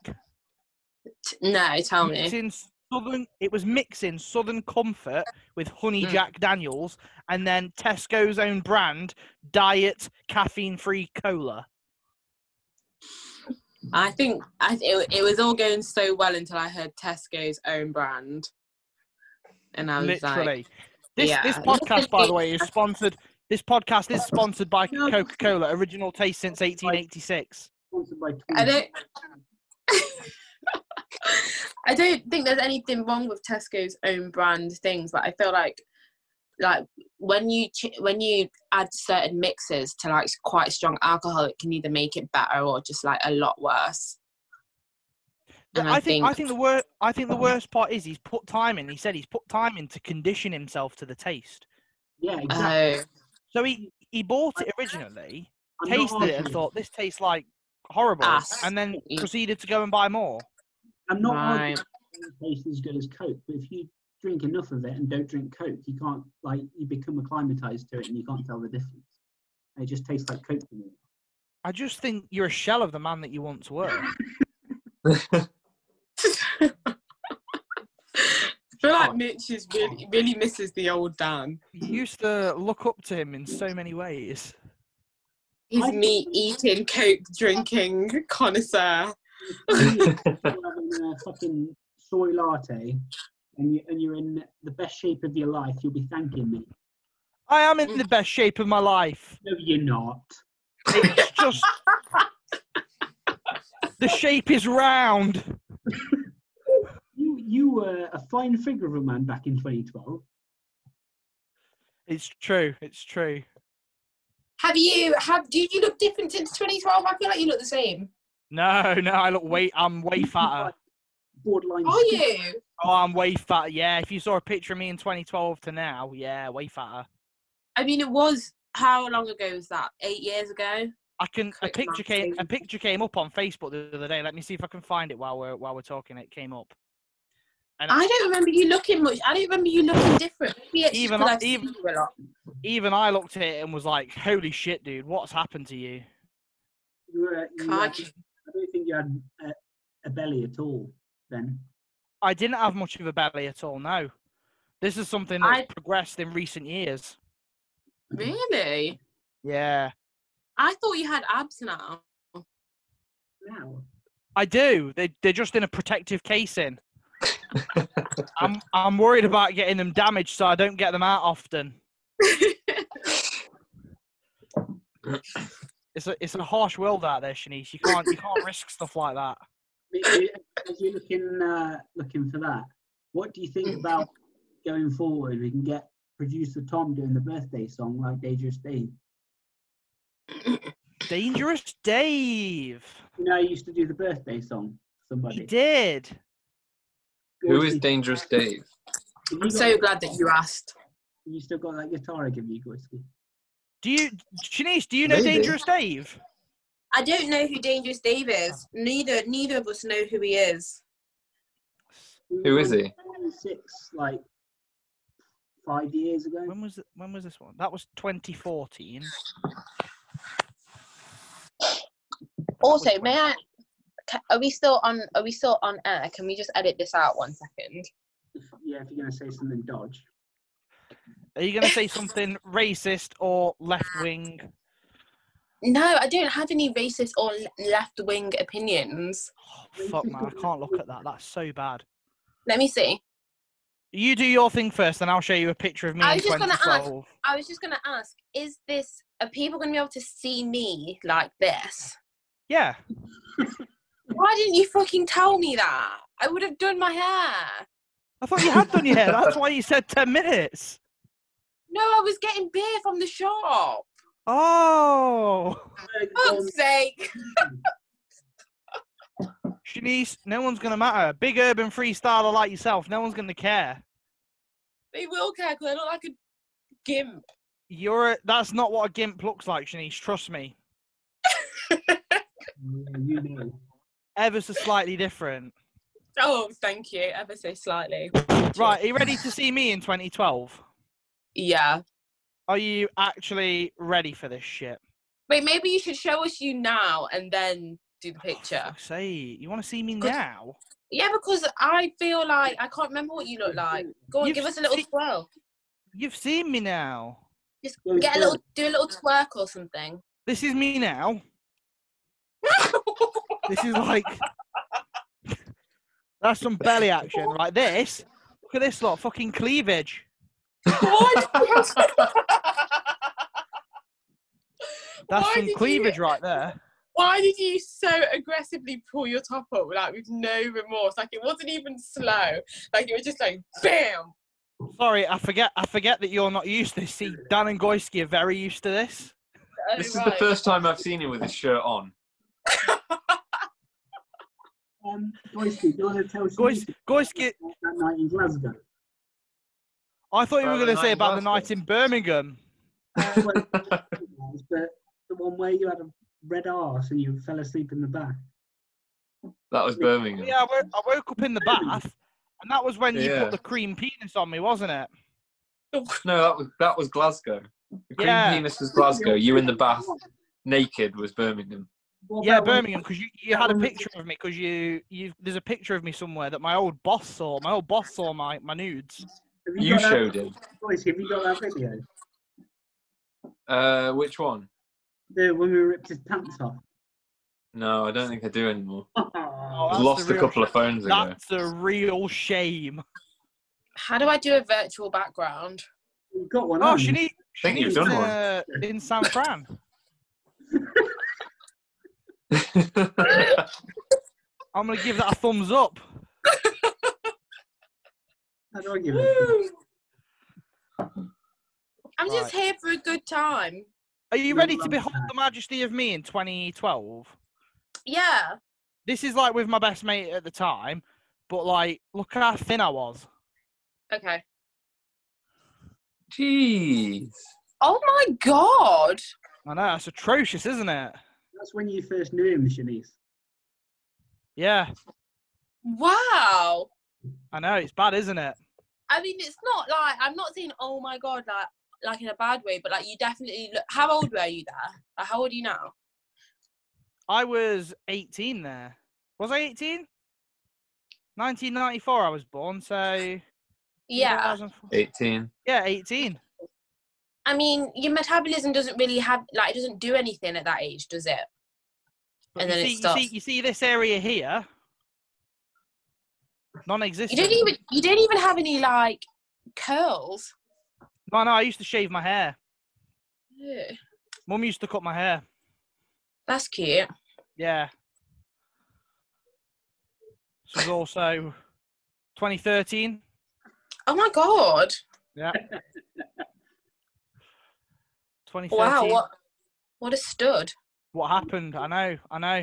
D: [laughs] no, tell me.
A: mixing southern it was mixing southern comfort with honey
D: Mm.
A: jack daniels and then tesco's own brand diet caffeine free cola
D: I think I, it, it was all going so well until I heard Tesco's own brand, and I was
A: literally
D: like,
A: this this
D: yeah.
A: podcast by the way is sponsored This podcast is sponsored by
B: No, just-
A: Coca Cola, original taste since 1886.
B: Sponsored by
D: I
B: Tweed.
D: don't. [laughs] I don't think there's anything wrong with Tesco's own brand things, but I feel like like when you ch- when you add certain mixes to like quite strong alcohol, it can either make it better or just like a lot worse. And
A: I think I think the worst I think the worst part is he's put time in. He said he's put time in to condition himself to the taste.
B: Yeah, exactly.
A: [laughs]
D: oh,
A: So he he bought it originally,
B: I'm not
A: tasted it, and
B: arguing-
A: thought this tastes like horrible,
D: Ass.
A: and then
D: Mm.
A: proceeded to go and buy more.
B: I'm not arguing
D: Right.
B: that it tastes as good as Coke, but if you drink enough of it and don't drink Coke, you can't like you become acclimatized to it and you can't tell the difference. It just tastes like Coke to me.
A: I just think you're a shell of the man that you once were.
D: [laughs] I feel
A: Oh.
D: like Mitch is really really misses the old Dan.
A: You used to look up to him in so many ways.
D: He's meat eating, coke drinking connoisseur.
B: You're having a fucking soy latte and you and you're in the best shape of your life, you'll be thanking me.
A: I am in the best shape of my life.
B: No, you're not.
A: It's just the shape is round.
B: You you were a fine figure of a man back in 2012.
A: It's true. It's true.
D: Have you have do you look different since 2012? I feel like you look the same.
A: No, no, I look way. I'm way fatter.
B: [laughs] Borderline.
D: Are
B: skinny.
D: you?
A: Oh, I'm way fatter. Yeah, if you saw a picture of me in 2012 to now, yeah, way fatter.
D: I mean, it was how long ago was that? Eight years ago.
A: I can. A
D: Quick
A: picture came. A
D: marketing.
A: picture came up on Facebook the other day. Let me see if I can find it while we're while we're talking. It came up. And
D: I don't remember you looking much. I don't remember you looking different. Maybe it's
A: Even
D: even,
A: I-
D: I've seen
A: even-
D: you a lot.
A: even I looked at it and was like, "Holy shit, dude, what's happened to you?"
B: You were, you were-
D: Crikey.
B: I don't think you had a, a belly at all then.
A: I didn't have much of a belly at all. No, this is something that's
D: I-
A: progressed in recent years.
D: Really?
A: Yeah,
D: I thought you had abs now.
B: Now.
A: I do. They they're just in a protective casing. I'm I'm worried about getting them damaged, so I don't get them out often. It's a it's a harsh world out there, Shanice. You can't you can't risk stuff like that.
B: Maybe As you're looking, uh, looking for that, what do you
D: Mm.
B: think about going forward? We can get producer Tom doing the birthday song like Dangerous Dave.
A: Dangerous Dave.
B: You know, I used to do the birthday song. for
A: He
B: Somebody.
A: did.
C: Who is Dangerous Dave?
B: Have you
D: I'm
B: got-
D: so glad that you asked.
B: You still got that guitar I give you, Gorski.
A: Do you Shanice, do you know
C: Maybe.
A: Dangerous Dave?
D: I don't know who Dangerous Dave is. Neither neither of us know who he is.
C: Who is he?
B: Six, like five years ago.
A: When was th- when was this one? That was 2014.
D: Also, may I? ca- Are we still on? Are we still on air? Can we just edit this out one second?
B: Yeah, if you're gonna say something dodge.
A: Are you going to say something racist or left wing?
D: No, I don't have any racist or left wing opinions.
A: Oh, fuck man, I can't look at that. That's so bad.
D: Let me see.
A: You do your thing first, and I'll show you a picture of me
D: I
A: in
D: was just gonna ask-
A: 2012.
D: I was just gonna ask: Is this? Are people gonna be able to see me like this?
A: Yeah,
D: Why didn't you fucking tell me that? I would have done my hair.
A: I thought you had done your hair. That's why you said 10 minutes.
D: No, I was getting beer from the shop.
A: Oh,
D: Fuck's sake!
A: Shanice, no one's gonna matter. Big urban freestyler like yourself, no one's gonna care.
D: They will care 'cause I look like a gimp.
A: You're a, that's not what a gimp looks like, Shanice. Trust me,
B: Yeah, you know.
A: ever so slightly different.
D: Oh, thank you, ever so slightly.
A: Right, are you ready to see me in 2012?
D: Yeah.
A: Are you actually ready for this shit?
D: Wait, maybe you should show us you now and then do the picture.
A: [sighs] Say, you want to see me
D: Good.
A: now?
D: Yeah, because I feel like I can't remember what you look like. Go on,
A: You've
D: give us a little
A: seen-
D: twirl.
A: You've seen me now.
D: Just
B: Go
D: get
B: for
D: a
B: it.
D: little, do a little twerk or something. [laughs]
A: This is me now. This is like that's some belly action. Like this. Look at this lot, fucking cleavage.
D: What?
A: That's
D: [laughs]
E: Why
A: some
E: did you-
A: cleavage right there.
E: Why did you so aggressively pull your top up, like with no remorse? Like it wasn't even slow. Like it was just like bam.
A: Sorry, I forget. I forget that you're not used to this. See, Dan and Goyski are very used to this.
E: Oh,
C: This is the
E: right.
C: first time I've seen him with his shirt on.
B: Um, Goyski, do you want to tell us
A: Goys,
B: something
A: Goyski,
B: about that night in Glasgow?
D: [laughs]
A: I thought you were
C: Well, the
A: going to
C: night
A: say
C: in
A: about the
C: Glasgow.
A: night in Birmingham.
B: Uh, well, but the one where you had a red arse and you fell asleep in the bath.
C: That was Birmingham.
A: Yeah, I woke, I woke up in the bath, and that was when you
C: Yeah.
A: put the cream penis on me, wasn't it?
C: [laughs] No, that was that was Glasgow. The cream
A: Yeah.
C: penis was Glasgow. You in the bath, naked, was Birmingham.
B: What
A: Yeah,
B: about when-
A: Birmingham, because you, you had a
B: one was-
A: picture of me, because you, you there's a picture of me somewhere that my old boss saw. My old boss saw my, my nudes.
B: Have
C: You
B: got that-
C: showed him.
B: Goyski, have you got that video?
C: Uh, which one?
B: The when we ripped his pants off.
C: No, I don't think I do anymore.
A: Oh,
C: I
A: that's
B: Oh,
A: the
C: lost a
A: real
C: couple of phones ago.
A: That's a real shame.
E: How do I do a virtual background?
B: you've got one.
A: Oh,
B: haven't
A: she
B: you?
A: need,
C: think you've
A: Shanice,
C: done one.
A: uh, in San Fran. I'm gonna give that a thumbs up.
B: How do I give it?
E: Woo. I'm just
A: Right.
E: here for a good time.
A: Are you
B: You
A: ready to
B: love
A: behold
B: that.
A: the majesty of me in 2012?
E: Yeah.
A: This is like with my best mate at the time, but like, look how thin I was.
E: Okay.
C: [laughs] Jeez.
E: Oh my god.
A: I know that's atrocious, isn't it?
B: That's when you first knew him, Shanice.
A: Yeah,
E: Wow.
A: I know it's bad, isn't it?
E: I mean, it's not like I'm not saying oh my god like like in a bad way, but like you definitely look. How old were you there? Like, how old are you now?
A: I was 18 there. Was I 18? 1994, I was born, so
E: Yeah.
A: 2004
C: 18.
A: yeah, 18.
E: I mean, your metabolism doesn't really have like it doesn't do anything at that age, does it?
A: But
E: And
A: you
E: then it
A: see, you
E: stops.
A: see, you see this area here,
E: You
A: non-existent.
E: don't even you don't even have any like curls.
A: No, no, I used to shave my hair.
E: Yeah.
A: Mum used to cut my hair.
E: That's cute.
A: Yeah. This was also 2013.
E: Oh my god.
A: 2013.
E: Wow.
A: What?
E: What what a stud.
A: happened? I know. I know.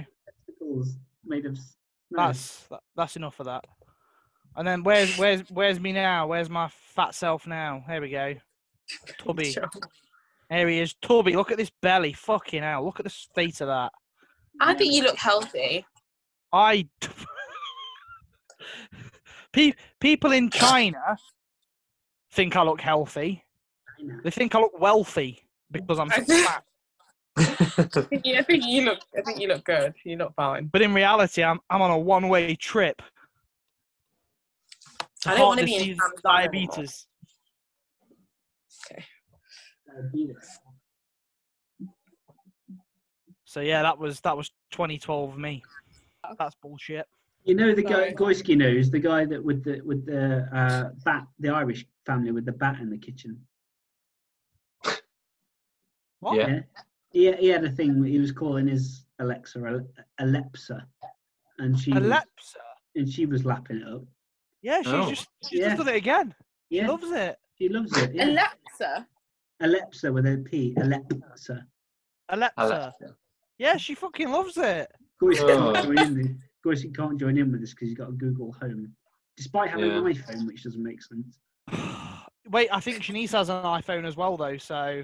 E: Hmm.
B: Testicles made of. s- no.
A: That's that, that's enough of that. And then where's where's where's me now? Where's my fat self now? Here we
E: [laughs]
A: go. Tubby. Here he is. Tubby. Look at this belly. Fucking hell. Look at the state of that.
E: I think you look healthy.
A: I. [laughs] Pe- people in China think I look healthy.
B: I know.
A: They think I look wealthy because I'm
E: [laughs]
A: so fat.
E: yeah, I think you look. I think you look good. You look fine.
A: But in reality, I'm I'm on a one-way trip.
E: I don't
A: heart
E: wanna be in
A: disease,
E: Sam's eye anymore.
A: diabetes.
B: Uh, beat it.
A: So yeah, that was that was 2012 me. That's bullshit.
B: You know the guy
E: Sorry.
B: Goyski knows the guy that with the with the uh, bat, the Irish family with the bat in the kitchen.
A: What?
C: Yeah.
B: He, he had a thing. He was calling his Alexa a- Alepsa, and she was-
A: Elepsa.
B: and she was lapping it up.
A: Yeah, she's
C: Oh.
A: just she's
B: Yeah.
A: just done it again. She
B: Yeah,
A: loves it.
B: she loves it. Yeah.
E: Alexa.
B: Alepsa with a P. Alepsa.
A: Elepsa.
C: Alexa.
A: Yeah, she fucking loves it. [sighs]
B: Goyski
C: Oh.
B: can't join in. with- Goyski can't join in with this because he's got a Google Home, despite having an iPhone, which doesn't make sense.
A: Wait, I think Shanice has an iPhone as well though, so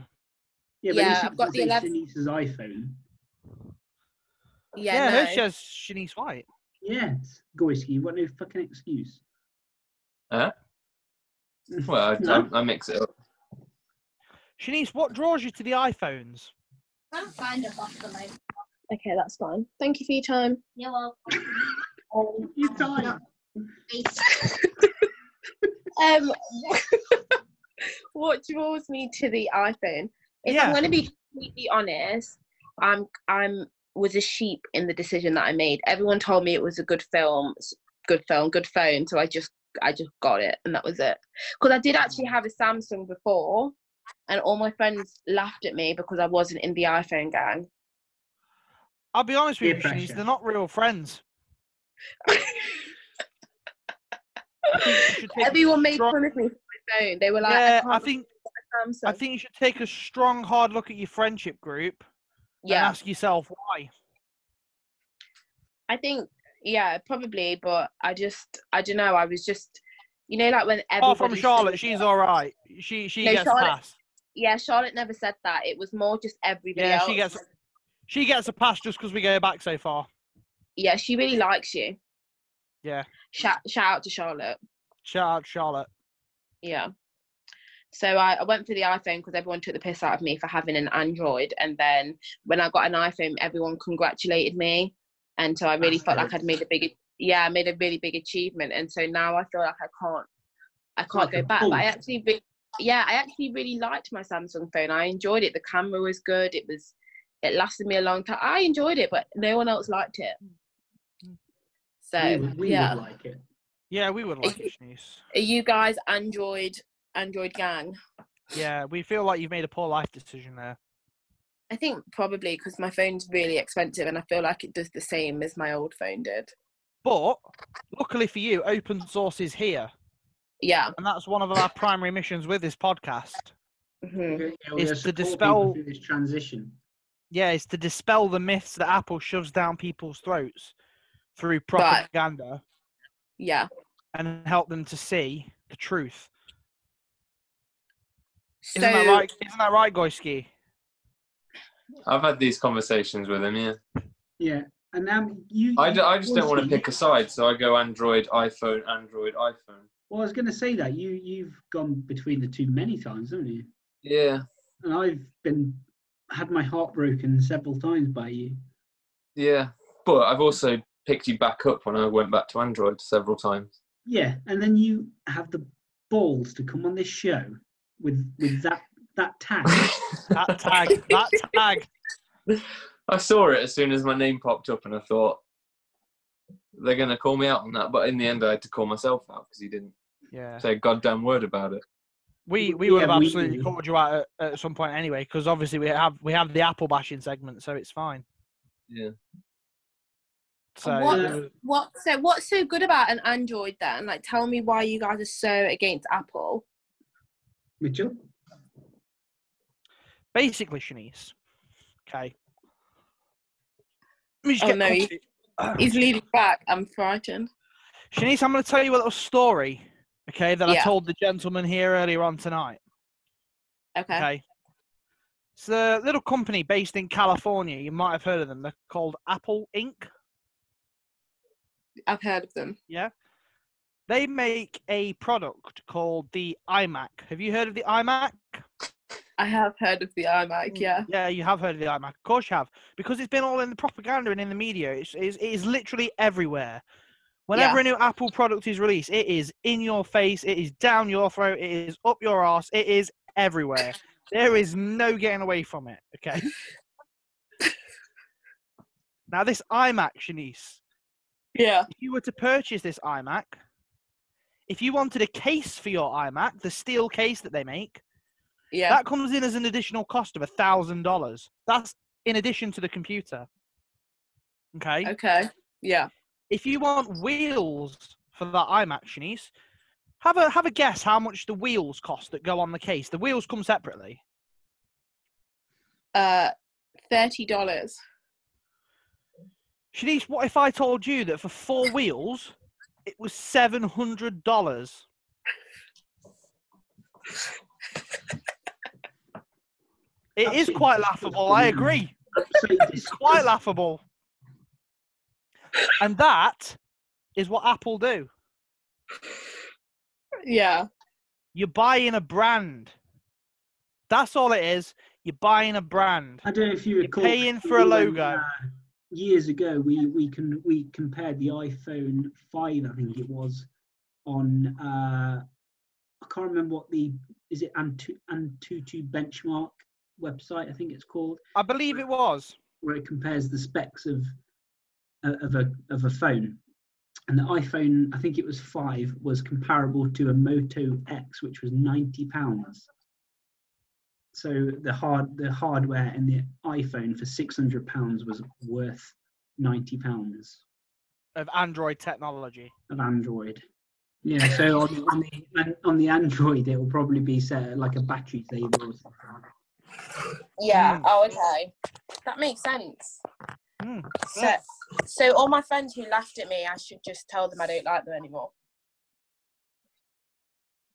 B: Yeah,
E: Yeah,
B: but
E: I've got the
B: Alep-
E: Alep-
B: Denise's iPhone.
E: Yeah.
A: yeah
E: no.
A: she has Shanice White.
B: Yes, Goyski, what no fucking excuse.
C: Huh? Well, I, I, I mix it up.
A: Shanice, what draws you to the iPhones?
F: can't find it off the mic.
D: Okay, that's fine. Thank you for your time.
F: Yeah, well.
B: You died.
D: Um, [laughs] what draws me to the iPhone? If
A: Yeah.
D: I'm going to be completely honest, I'm I'm was a sheep in the decision that I made. Everyone told me it was a good film, s- good film, good phone, so I just I just got it, and that was it. Because I did actually have a Samsung before, and all my friends laughed at me because I wasn't in the
A: [laughs]
D: iPhone gang.
A: I'll be honest with
B: Peer
A: you, Shanice,
B: pressure.
A: they're not real friends. should take a
D: [laughs] Everyone made
A: strong-
D: fun of me for my phone. They were like,
A: yeah,
D: I,
A: I
D: can't
A: think
D: I
A: I think you should take a strong, hard look at your friendship group and
D: yeah,
A: ask yourself why.
D: I think yeah, probably, but I just I don't know. I was just you know like when
A: Apart from
D: everybody
A: Charlotte, she's all right. She she
D: No,
A: gets
D: Charlotte-
A: a pass.
D: yeah, Charlotte never said that. It was more just everybody
A: Yeah,
D: else.
A: she gets she gets a pass just because we go back so far.
D: yeah, she really likes you.
A: Yeah.
D: Shout shout out to Charlotte.
A: Shout out Charlotte.
D: Yeah. So I, I went for the iPhone because everyone took the piss out of me for having an Android, and then when I got an iPhone, everyone congratulated me, and so I really
B: That's
D: felt like
B: good.
D: I'd made a big yeah, I made a really big achievement, and so now I feel like I can't I can't
B: Like a
D: go back. But I
B: pulse.
D: actually re- yeah, I actually really liked my Samsung phone. I enjoyed it. The camera was good. It was it lasted me a long time. I enjoyed it, but no one else liked it. So
B: Mm. we would, we
D: yeah,
B: would like it.
A: Yeah, we would
D: [laughs]
A: like it, Shanice.
D: are you guys Android Android gang?
A: Yeah, we feel like you've made a poor life decision there.
D: I think probably because my phone's really expensive and I feel like it does the same as my old phone did.
A: But luckily for you, open source is here,
D: Yeah.
A: and that's one of our primary missions with this podcast.
C: Mm-hmm.
D: hmm
B: Yeah, we
A: It's
B: are supporting
A: to dispel-
B: people through this transition.
A: Yeah, it's to dispel the myths that Apple shoves down people's throats through propaganda.
D: Yeah.
A: and help them to see the truth.
D: So,
A: Isn't that right? Isn't that right, Goyski?
C: I've had these conversations with him. Yeah,
B: Yeah, and um, you.
C: I,
B: you-
C: d- I just don't want to
B: Wolsey,
C: pick a side, so I go Android, iPhone, Android, iPhone.
B: Well, I was going to say that you you've gone between the two many times, haven't you?
C: Yeah,
B: And I've been had my heart broken several times by you.
C: yeah. But I've also picked you back up when I went back to Android several times.
B: Yeah, and then you have the balls to come on this show with with that that
A: [laughs]
B: tag.
C: [laughs]
A: That tag, that tag.
C: I saw it as soon as my name popped up, and I thought they're going to call me out on that. But in the end, I had to call myself out because he didn't
A: Yeah,
C: say a goddamn word about it.
A: we we
B: Yeah,
A: would have
B: we
A: absolutely
B: do.
A: called you out at, at some point anyway, because obviously we have we have the apple bashing segment, so it's fine.
C: Yeah.
A: So
D: what-
A: it was-
D: what, so what's so good about an Android then? Like, tell me why you guys are so against Apple.
B: Mitchell,
A: basically, Shanice. Okay. Let me just
D: Oh,
A: get
D: no,
A: coffee.
D: he-
A: [clears throat]
D: He's leading back. I'm frightened.
A: Shanice, I'm going to tell you a little story. Okay, that I
D: Yeah.
A: told the gentleman here earlier on tonight.
D: Okay.
A: Okay. It's a little company based in California. You might have heard of them. They're called Apple Inc.
D: I've heard of them.
A: They make a product called the iMac. Have you heard of the iMac?
D: I have heard of the
A: Mm.
D: iMac. Yeah.
A: Yeah, you have heard of the iMac. Of course you have. Because it's been all in the propaganda and in the media. It's, it's, it is literally everywhere. Whenever a new Apple product is released, it is in your face, it is down your throat, it is up your ass, it is everywhere. there is no getting away from it, okay? now, this iMac, Shanice,
D: Yeah.
A: if you were to purchase this iMac, if you wanted a case for your iMac, the steel case that they make,
D: Yeah.
A: that comes in as an additional cost of a thousand dollars. That's in addition to the computer. Okay.
D: okay. Yeah.
A: If you want wheels for that iMac, Shanice, have a have a guess how much the wheels cost that go on the case. The wheels come separately.
D: Uh, thirty dollars.
A: Shanice, what if I told you that for four wheels, it was seven hundred dollars? It is
B: Absolutely
A: quite
B: ridiculous,
A: laughable. I
B: believe me.
A: agree.
B: absolutely
A: It's quite laughable. And that is what Apple do.
D: Yeah.
A: You're buying a brand. That's all it is. You're buying a brand.
B: I don't know if you
A: You're
B: recall.
A: paying for a
B: when,
A: logo.
B: uh, years ago, we we can we compared the iPhone five, I think it was, on uh, I can't remember what the is it Antu Antutu benchmark website I think it's called,
A: I believe it was.
B: where it compares the specs of uh, of a of a phone. And the iPhone, I think it was five, was comparable to a Moto X, which was ninety pounds. So the hard the hardware in the iPhone for six hundred pounds was worth ninety pounds
A: of Android technology.
B: of Android. Yeah, so on, on the on- on the Android it will probably be set at, like a battery saver or something.
E: Yeah.
A: Mm.
E: Oh, okay. That makes sense.
A: Mm.
E: So, so all my friends who laughed at me, I should just tell them I don't like them anymore.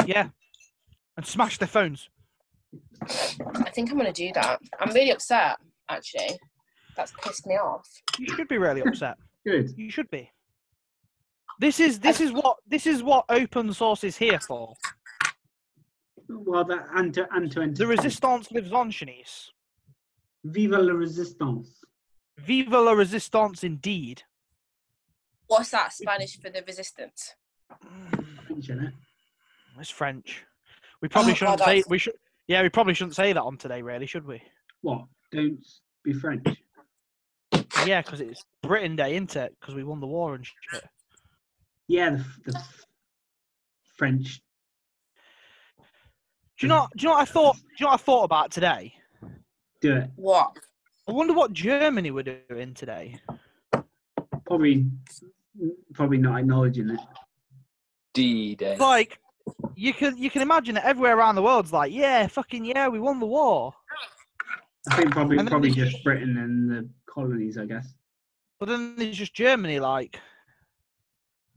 A: Yeah. And smash their phones.
E: I think I'm gonna do that. I'm really upset, actually. That's pissed me off.
A: You should be really upset.
B: Good.
A: You should be. This is this is what this is what open source is here for.
B: Well, that and to and to
A: The
B: entertain.
A: resistance lives on, Shanice.
B: Viva la resistance.
A: Viva la resistance, indeed.
E: What's that Spanish for the resistance?
B: Mention it.
A: It's French. We probably
E: Oh,
A: shouldn't
E: God,
A: say
E: that's-
A: we should. Yeah, we probably shouldn't say that on today, really, should we?
B: What? Don't be French.
A: Yeah, because it's Britain Day, isn't it? Because we won the war and shit.
B: Yeah, the, f- the f- French.
A: Do you know? Do you know what I thought? Do you know what I thought about today?
B: Do it.
E: What?
A: I wonder what Germany were doing today.
B: Probably, probably not acknowledging it.
C: D Day.
A: Like, you can you can imagine it everywhere around the world's like, yeah, fucking yeah, we won the war.
B: I think probably
A: And then
B: probably
A: there's-
B: just Britain and the colonies, I guess.
A: But then there's just Germany. Like,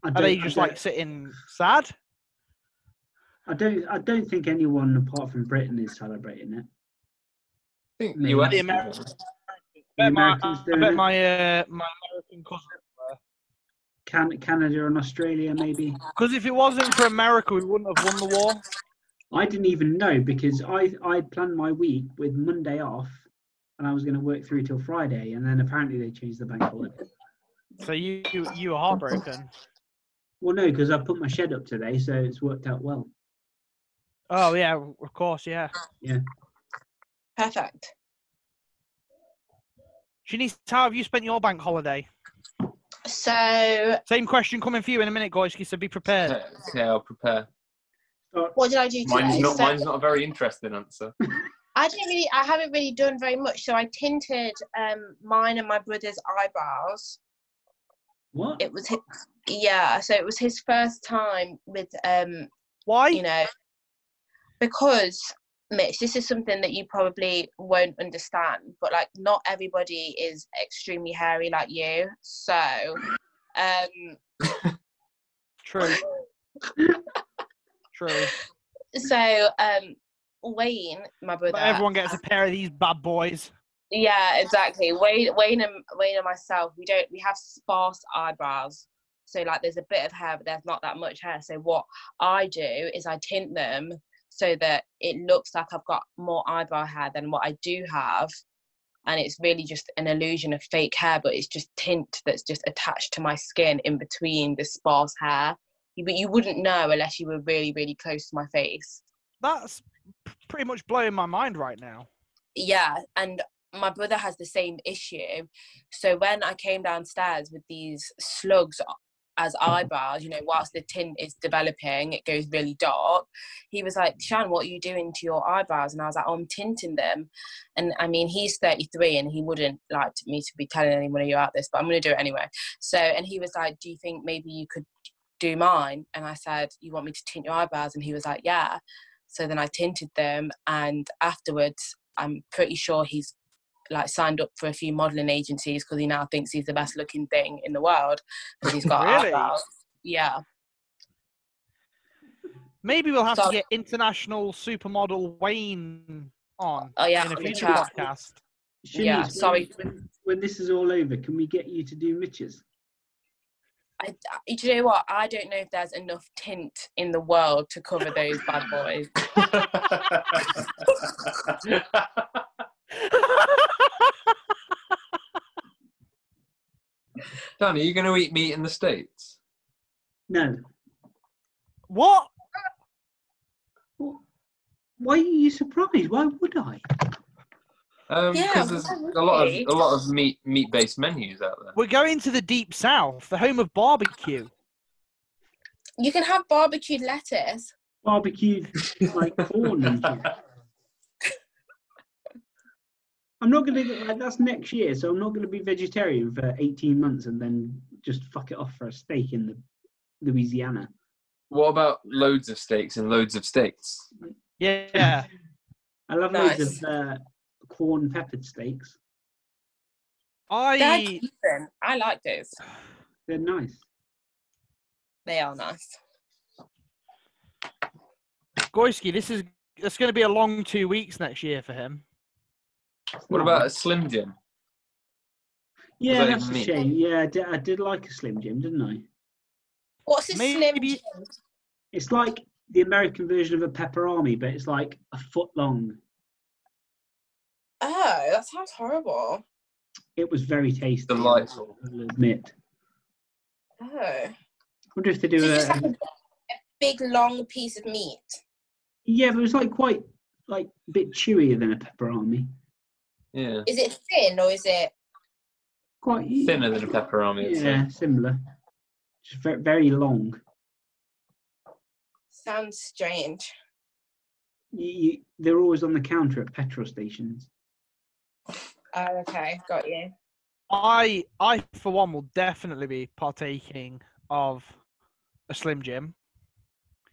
B: I
A: are they
B: I
A: just like sitting sad?
B: I don't. I don't think anyone apart from Britain is celebrating it.
C: I think
B: The
C: US
A: The
C: is
A: Americans.
C: one.
A: I bet my,
B: Americans
A: I
B: doing
A: bet
B: it?
A: my, uh, my American cousin.
B: Can Canada and Australia maybe?
A: Because if it wasn't for America, we wouldn't have won the war.
B: I didn't even know because I I planned my week with Monday off, and I was going to work through till Friday, and then apparently they changed the bank holiday.
A: So you you, you were heartbroken.
B: Well, no, because I put my shed up today, so it's worked out well.
A: Oh yeah, of course, yeah.
E: Perfect.
A: Shanice, how have you spent your bank holiday?
E: So
A: Same question coming for you in a minute, Goyski, so be
E: [laughs]
A: prepared.
C: Yeah, yeah, I'll prepare.
B: Start-
E: what did I do today?
C: Mine's not,
E: So-
C: mine's not a very interesting
E: [laughs]
C: answer. [laughs]
E: I didn't really. I haven't really done very much. So I tinted um, mine and my brother's eyebrows.
B: What?
E: It was, his, yeah. So it was his first time with, um,
A: Why?
E: you know, because Mitch, this is something that you probably won't understand. But like, not everybody is extremely hairy like you. So, um, [laughs]
A: True. True.
E: so um, Wayne, my brother.
A: But everyone gets a pair of these bad boys.
E: Yeah, exactly. Wayne, Wayne, and Wayne and myself, we don't. We have sparse eyebrows, so like there's a bit of hair, but there's not that much hair. So what I do is I tint them so that it looks like I've got more eyebrow hair than what I do have, and it's really just an illusion of fake hair, but it's just tint that's just attached to my skin in between the sparse hair. You- But you wouldn't know unless you were really, really close to my face.
A: That's p- pretty much blowing my mind right now.
E: yeah and my brother has the same issue so when i came downstairs with these slugs o- as eyebrows you know whilst the tint is developing it goes really dark he was like shan what are you doing to your eyebrows and i was like oh, i'm tinting them and i mean he's 33 and he wouldn't like me to be telling anyone about this but i'm going to do it anyway so and he was like do you think maybe you could do mine and i said you want me to tint your eyebrows and he was like yeah so then i tinted them and afterwards I'm pretty sure he's like signed up for a few modeling agencies because he now thinks he's the best looking thing in the world because
A: [laughs]
E: he's got
A: Really?
E: eyebrows. Yeah.
A: Maybe we'll have
E: So-
A: to get international supermodel Wayne on
E: Oh yeah.
A: in a
E: on the
A: future
E: chat.
A: podcast. [laughs]
E: yeah,
B: Shanice,
E: sorry.
B: When, when this is all over, can we get you to do Mitch's?
E: I, I- do you know what? I don't know if there's enough tint in the world to cover those [laughs] bad boys.
C: Dan, are you going to eat meat in the States?
B: No.
A: What?
B: Wh- Why are you surprised? Why would I?
C: Um,
E: Yeah,
C: because there's
E: why would
C: a lot
E: we?
C: of a lot of meat meat based menus out there.
A: We're going to the deep south, the home of barbecue.
E: You can have barbecued lettuce. [laughs]
B: Barbecued like corn. and shit. I'm not going to. Like, that's next year, so I'm not going to be vegetarian for 18 months and then just fuck it off for a steak in the Louisiana.
C: What about loads of steaks and loads of steaks?
E: [laughs]
A: Yeah.
B: I love loads
E: Nice.
B: of uh, corn peppered steaks.
E: They're
A: I
E: decent. I like those.
B: They're nice.
E: They are nice.
A: Goyski, this is it's going to be a long two weeks next year for him.
C: What about a Slim Jim?
B: Yeah,
C: that
B: that's a
C: even mean?
B: shame. Yeah, I did, I did like a Slim Jim, didn't I?
E: What's a slim?
A: Maybe-
E: Jim?
B: It's like the American version of a pepper army, but it's like a foot long.
E: Oh, that sounds horrible.
B: It was very tasty.
C: Delightful.
B: I'll admit.
E: Oh.
B: I wonder if they
E: So
B: do
E: it's just
B: a,
E: like a, a big long piece of meat.
B: Yeah, but it was like quite like a bit chewier than a pepperoni.
C: Yeah.
E: Is it thin or is it?
B: Quite
C: Thinner than a pepperoni. I'd say.
B: Yeah, similar. Just very, very long.
E: Sounds strange.
B: You, you, they're always on the counter at petrol stations.
E: Oh, okay, got you.
A: I I for one will definitely be partaking of a Slim Jim.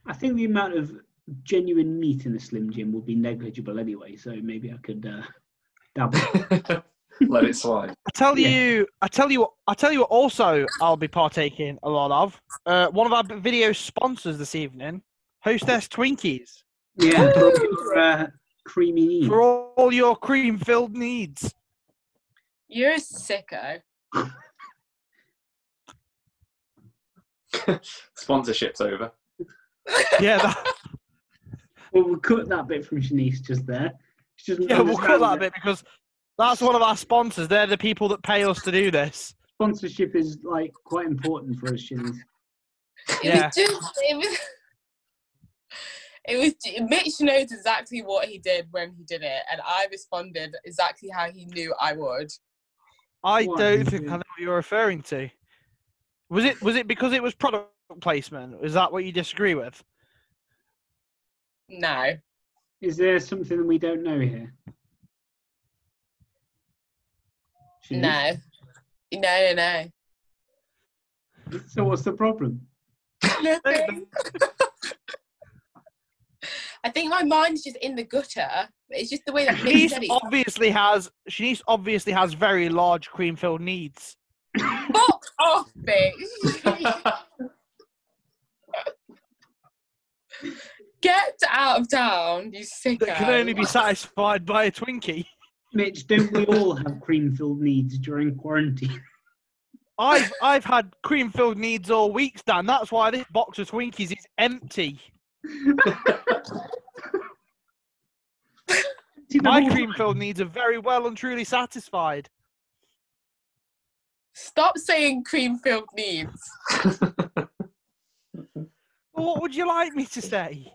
B: I think the amount of genuine meat in a Slim Jim will be negligible anyway, so maybe I could uh, dabble.
A: [laughs]
C: [laughs] Let it slide.
A: I tell
B: Yeah.
A: you, I tell you, what, I tell you what. Also, I'll be partaking a lot of uh, one of our b- video sponsors this evening, Hostess Twinkies,
B: yeah, for all your, uh, creamy meat.
A: for all, all your cream-filled needs.
E: You're a sicko.
C: Sponsorship's
E: [laughs]
C: over.
A: Yeah, that,
B: Well, we'll cut that bit from Shanice just there. She doesn't
A: yeah. We'll cut
B: understand
A: that a bit because that's one of our sponsors. They're the people that pay us to do this.
B: Sponsorship is like quite important for us, Shanice.
E: It
A: Yeah.
E: was just it was [laughs] it was ju- Mitch knows exactly what he did when he did it, and I responded exactly how he knew I would.
A: I
B: What
A: don't
B: is
A: think
B: it?
A: I know what you're referring to. Was it was it because it was product placement? Is that what you disagree with?
E: No.
B: Is there something that we don't know here?
A: Mm-hmm.
B: Shanice?
E: No. No, no, no.
B: So what's the problem?
E: Nothing. [laughs] I think my mind's just in the gutter. It's just the way that Mitch said
A: Shanice
E: it.
A: obviously has Shanice obviously has very large cream-filled needs.
E: Fuck off, bitch. Get out of town, you sicko.
A: that can only be satisfied by a Twinkie.
B: Mitch, don't we all have cream filled needs during quarantine? [laughs]
A: I've I've had cream-filled needs all week, Stan. That's why this box of Twinkies is empty.
B: See, the
A: My
B: whole-
A: cream-filled needs are very well and truly satisfied.
E: Stop saying cream filled needs.
A: Well, What would you like me to say?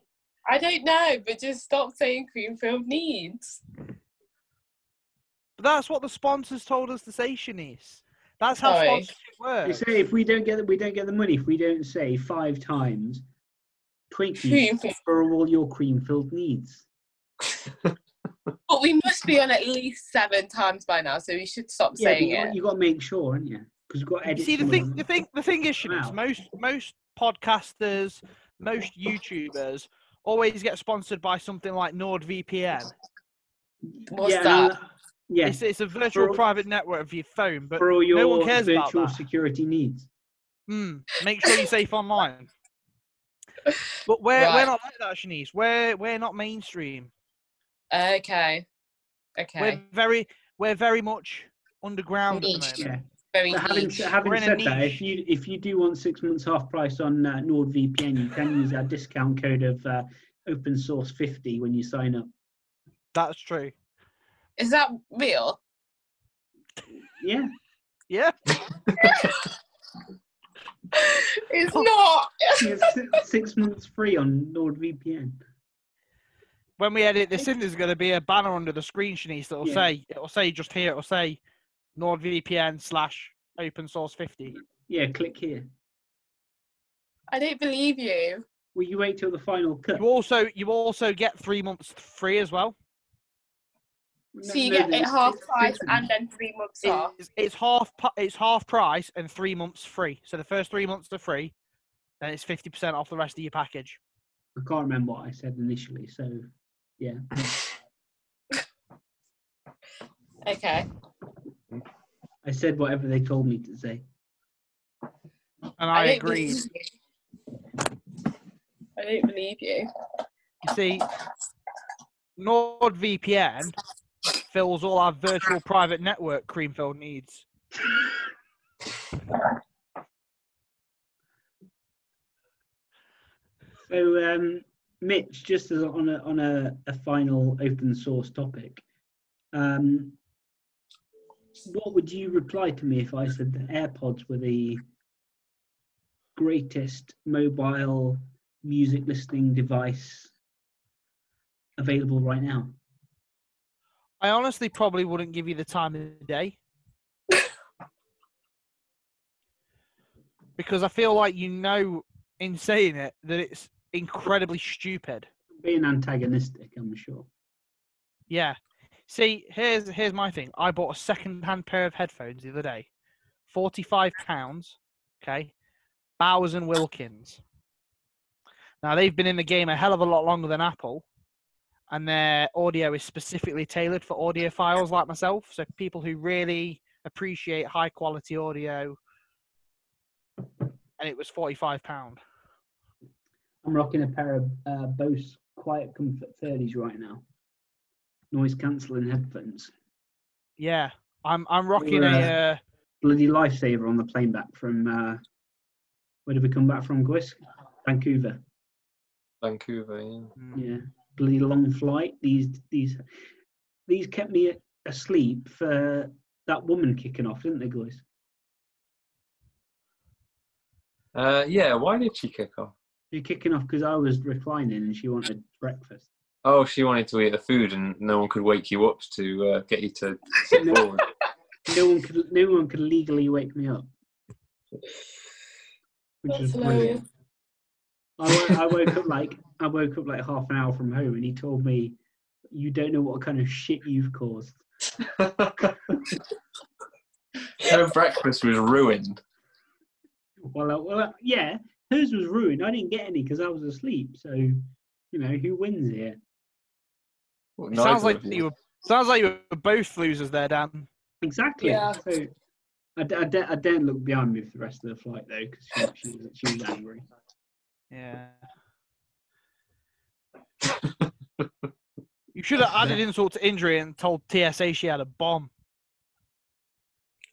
E: I don't know, but just stop saying cream filled needs.
A: But that's what the sponsors told us to say, Shanice. That's how
E: Sorry.
A: sponsorship
B: They
A: works.
B: say if we don't get we don't get the money if we don't say five times Twinkies
E: Cream filled.
B: for all your cream filled needs.
E: But we must be on at least seven times by now, so we should stop
B: Yeah,
E: saying
B: you got,
E: it.
B: you got to make sure, haven't you? Because you've got to
A: You
B: edit.
A: see, the
B: some of
A: thing,
B: them.
A: the thing, the thing is, Shanice,
B: Wow.
A: most most podcasters, most YouTubers always get sponsored by something like NordVPN.
E: What's
B: yeah,
E: that?
B: and, uh, yeah,
A: It's, it's a virtual
B: all-
A: private network for your phone, but
B: for all your
A: no one cares about
B: virtual
A: that.
B: security needs.
A: Mm, make sure you're safe online. But we're, we're
E: Right.
A: not like that, Shanice. We're, we're not mainstream.
E: [laughs] Okay. Okay.
A: We're very we're very much underground at the moment.
E: Niche.
B: Yeah.
E: Very
B: But having,
E: niche.
A: We're
B: having
A: in a
B: said that,
A: niche.
B: if you if you do want six months half price on uh, NordVPN, you can use our discount code of uh, open source fifty when you sign up.
A: That's true.
E: Is that real?
B: Yeah,
A: Yeah.
E: it's
A: Oh.
E: not.
B: you get si- six months free on NordVPN.
A: When we edit this in, there's going to be a banner under the screen, Shanice, that'll
B: Yeah.
A: say it'll say just here. It'll say NordVPN slash open source fifty.
B: Yeah, click here.
E: I don't believe you.
B: Will you wait till the final cut?
A: You also you also get three months free as well.
E: So you get it
B: there's-
E: half
B: it's
E: price
B: different.
E: and then three months off.
A: It's, it's half pu- it's half price and three months free. So the first three months are free, and it's fifty percent off the rest of your package.
B: I can't remember what I said initially, so yeah.
E: Okay.
B: I said whatever they told me to say.
A: And I,
E: don't
A: agreed.
E: believe you. I don't believe you.
A: You see, NordVPN fills all our virtual private network Creamfield needs.
B: So, um, Mitch, just as a- on a on a, a final open source topic, um, what would you reply to me if I said that AirPods were the greatest mobile music listening device available right now?
A: I honestly probably wouldn't give you the time of the day. because I feel like you know in saying it that it's incredibly stupid.
B: Being antagonistic, I'm sure.
A: Yeah. See, here's here's my thing. I bought a second-hand pair of headphones the other day, forty-five pounds. Okay, Bowers and Wilkins. Now they've been in the game a hell of a lot longer than Apple, and their audio is specifically tailored for audiophiles like myself, so people who really appreciate high-quality audio. And it was forty-five pound.
B: I'm rocking a pair of uh, Bose Quiet Comfort 30s right now. Noise cancelling headphones.
A: Yeah, I'm I'm rocking
B: Were,
A: a.
B: uh,
A: Uh,
B: bloody lifesaver on the plane back from uh, where did we come back from, Gwis? Vancouver.
C: Vancouver. Yeah.
A: mm.
B: Yeah, bloody long flight. These these these kept me a- asleep for that woman kicking off, didn't they, Gwis?
C: Uh, yeah. Why did she kick off?
B: She kicking off because I was reclining and she wanted breakfast.
C: Oh, she wanted to eat the food, and no one could wake you up to uh, get you to sit
B: No,
C: forward.
B: no one could no one could legally wake me up, which is
E: That's
B: brilliant. I, wo- I woke up like I woke up like half an hour from home, and he told me, "You don't know what kind of shit you've caused."
C: Her breakfast was ruined.
B: Well, uh, well, uh, yeah, hers was ruined. I didn't get any because I was asleep. So, you know, who wins here?
C: Well,
A: It sounds
C: neither
A: like
C: of
A: you were sounds like you were both losers there, Dan.
B: Exactly.
E: Yeah.
B: So, I, d- I, d- I daren't look behind me for the rest of the flight though because she, she, was- she was angry.
A: Yeah. you should have added insult to injury and told TSA she had a bomb.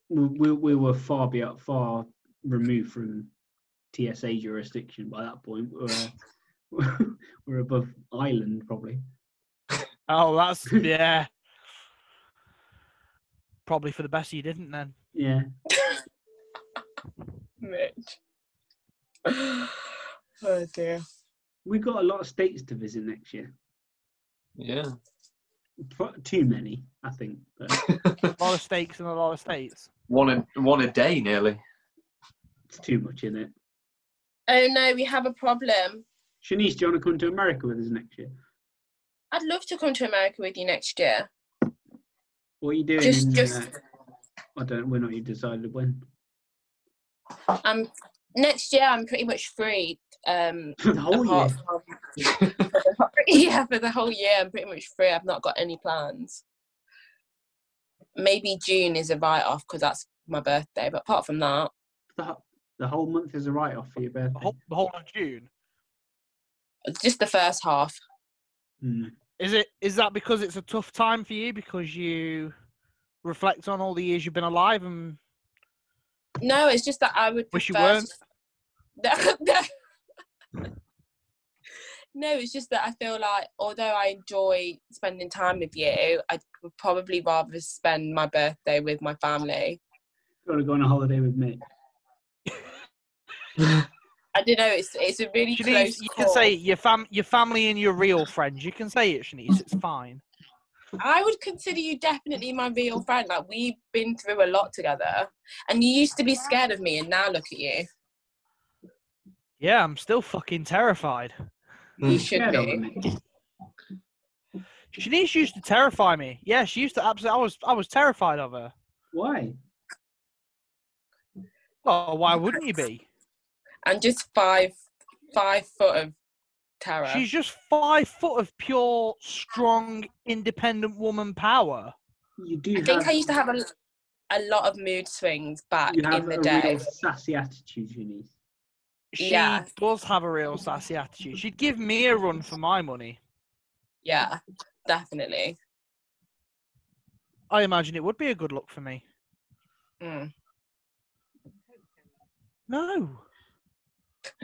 B: We, we, we were far be far removed from TSA jurisdiction by that point. We're, [laughs] we're above Ireland probably.
A: Oh, that's yeah. Probably for the best you didn't then.
B: Yeah.
E: Mitch. Oh dear.
B: We've got a lot of states to visit next year.
C: Yeah.
B: Pro- Too many, I think. But
A: A lot of stakes in a lot of states.
C: one a one a day nearly.
B: it's too much in it.
E: Oh no, we have a problem.
B: Shanice, do you want to come to America with us next year?
E: I'd love to come to America with you next year.
B: What are you doing?
E: Just,
B: in,
E: just.
B: uh, I don't. We're not. You decided [laughs] when.
E: I'm next year. I'm pretty much free. Um,
B: the whole year.
E: apart from- [laughs] yeah, for the whole year, I'm pretty much free. I've not got any plans. Maybe June is a write off because that's my birthday. But apart from that,
B: The, ho- the whole month is a write-off for your
A: The
B: birthday.
A: whole, the whole of June.
E: it's just the first half.
B: Hmm.
A: Is it is that because it's a tough time for you because you reflect on all the years you've been alive and
E: No, it's just that I would
A: Wish you
E: prefer-
A: weren't.
E: No, no. [laughs] No, it's just that I feel like although I enjoy spending time with you, I would probably rather spend my birthday with my family.
B: You want to go on a holiday with me?
E: I don't know. It's it's a really
A: Shanice,
E: close.
A: you can
E: call.
A: say your fam your family and your real friends. You can say it, Shanice, it's fine.
E: I would consider you definitely my real friend. Like we've been through a lot together, and you used to be scared of me, and now look at you.
A: Yeah, I'm still fucking terrified.
B: Mm.
E: You should
B: Get over
E: be.
B: me.
A: Shanice used to terrify me. Yeah, she used to absolutely. I was I was terrified of her.
B: Why?
A: Well, why wouldn't you be?
E: and just five five foot of terror.
A: She's just five foot of pure, strong, independent woman power.
B: You do.
E: I think
B: have,
E: I used to have a, a lot of mood swings back
B: you have
E: in the
B: a
E: day.
B: real sassy attitude, Janice.
A: She
E: Yeah.
A: does have a real sassy attitude. She'd give me a run for my money.
E: Yeah, definitely.
A: I imagine it would be a good look for me.
E: Mm.
A: No.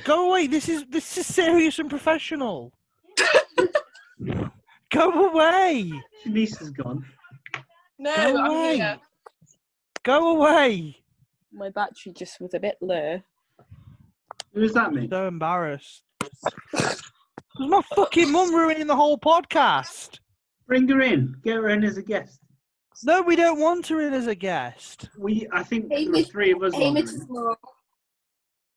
A: Go away. This is this is serious and
E: [laughs]
A: professional. Go away.
B: Janice is gone.
E: No,
A: Go away. Go away.
D: My battery just was a bit low.
B: Who is that, mate?
A: So embarrassed. It was my fucking mum ruining the whole podcast.
B: Bring her in. Get her in as a guest.
A: No, we don't want her in as a guest.
B: We, I think there were
F: Hamish-
B: three of us. on
F: Hamish
B: then.
F: Small.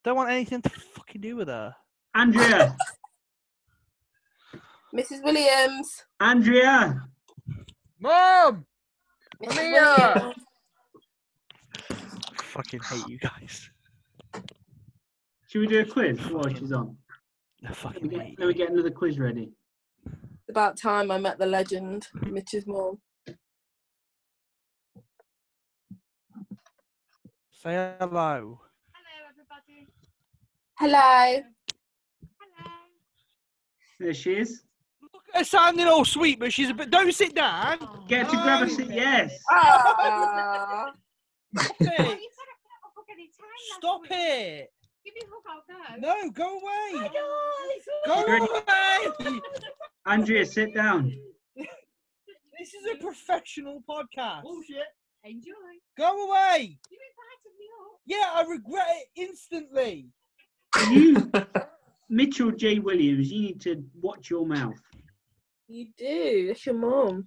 A: Don't want anything to fucking do with her.
B: Andrea,
E: Mrs. Williams.
B: Andrea,
A: Mum!
E: Mrs.
A: Maria!
E: Williams.
A: Fucking hate you guys.
B: should we do a quiz while she's on?
A: I
B: Let
A: fucking
B: me
A: hate
B: get,
A: you.
B: let me get another quiz ready.
E: It's about time I met the legend, Mrs. Moore.
A: Say hello.
F: Hello, everybody.
E: Hello.
F: Hello.
B: There she is.
A: Look at her sounding all sweet, but she's a bit. Don't sit down.
F: Oh.
B: Get to grab a seat. Yes.
E: Ah. [laughs]
A: Stop
F: Oh, you said
A: it.
F: I could have a hug any time last
A: Stop
F: week.
A: it.
F: Give me a hug, I'll go.
A: No, go away. Go
F: I
B: Good.
A: away.
B: Andrea, sit down.
A: This is a professional podcast.
F: Enjoy.
A: Go away.
F: You invited me up.
A: Yeah, I regret it instantly.
B: You, Mitchell J. Williams, you need to watch your mouth.
D: You do. It's your mom.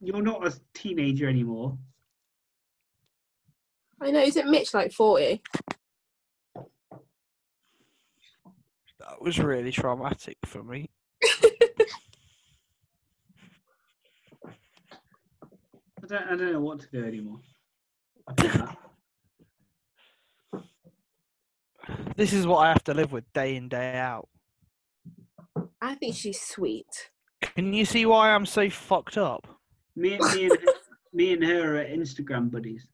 B: You're not a teenager anymore.
D: I know. Isn't Mitch like forty?
A: That was really traumatic for me.
B: I don't, I don't know what to do anymore. After that.
A: This is what I have to live with day in, day out.
D: I think she's sweet.
A: Can you see why I'm so fucked up?
B: Me, and- me, and, me and her are Instagram buddies.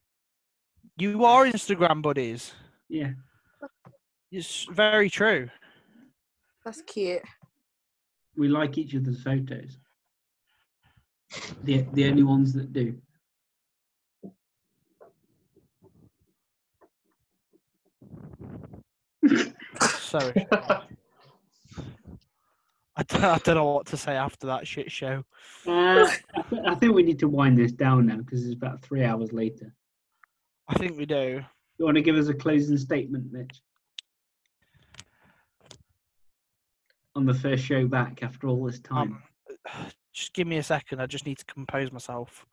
A: You are Instagram buddies.
B: Yeah.
A: It's very true.
D: That's cute.
B: We like each other's photos. The, the only ones that do.
A: So I don't, I don't know what to say after that shit show.
B: Uh, I, th- I think we need to wind this down now because it's about three hours later.
A: I think we do.
B: You want to give us a closing statement, Mitch? On the first show back after all this time.
A: Um, [sighs] just give me a second. I just need to compose myself.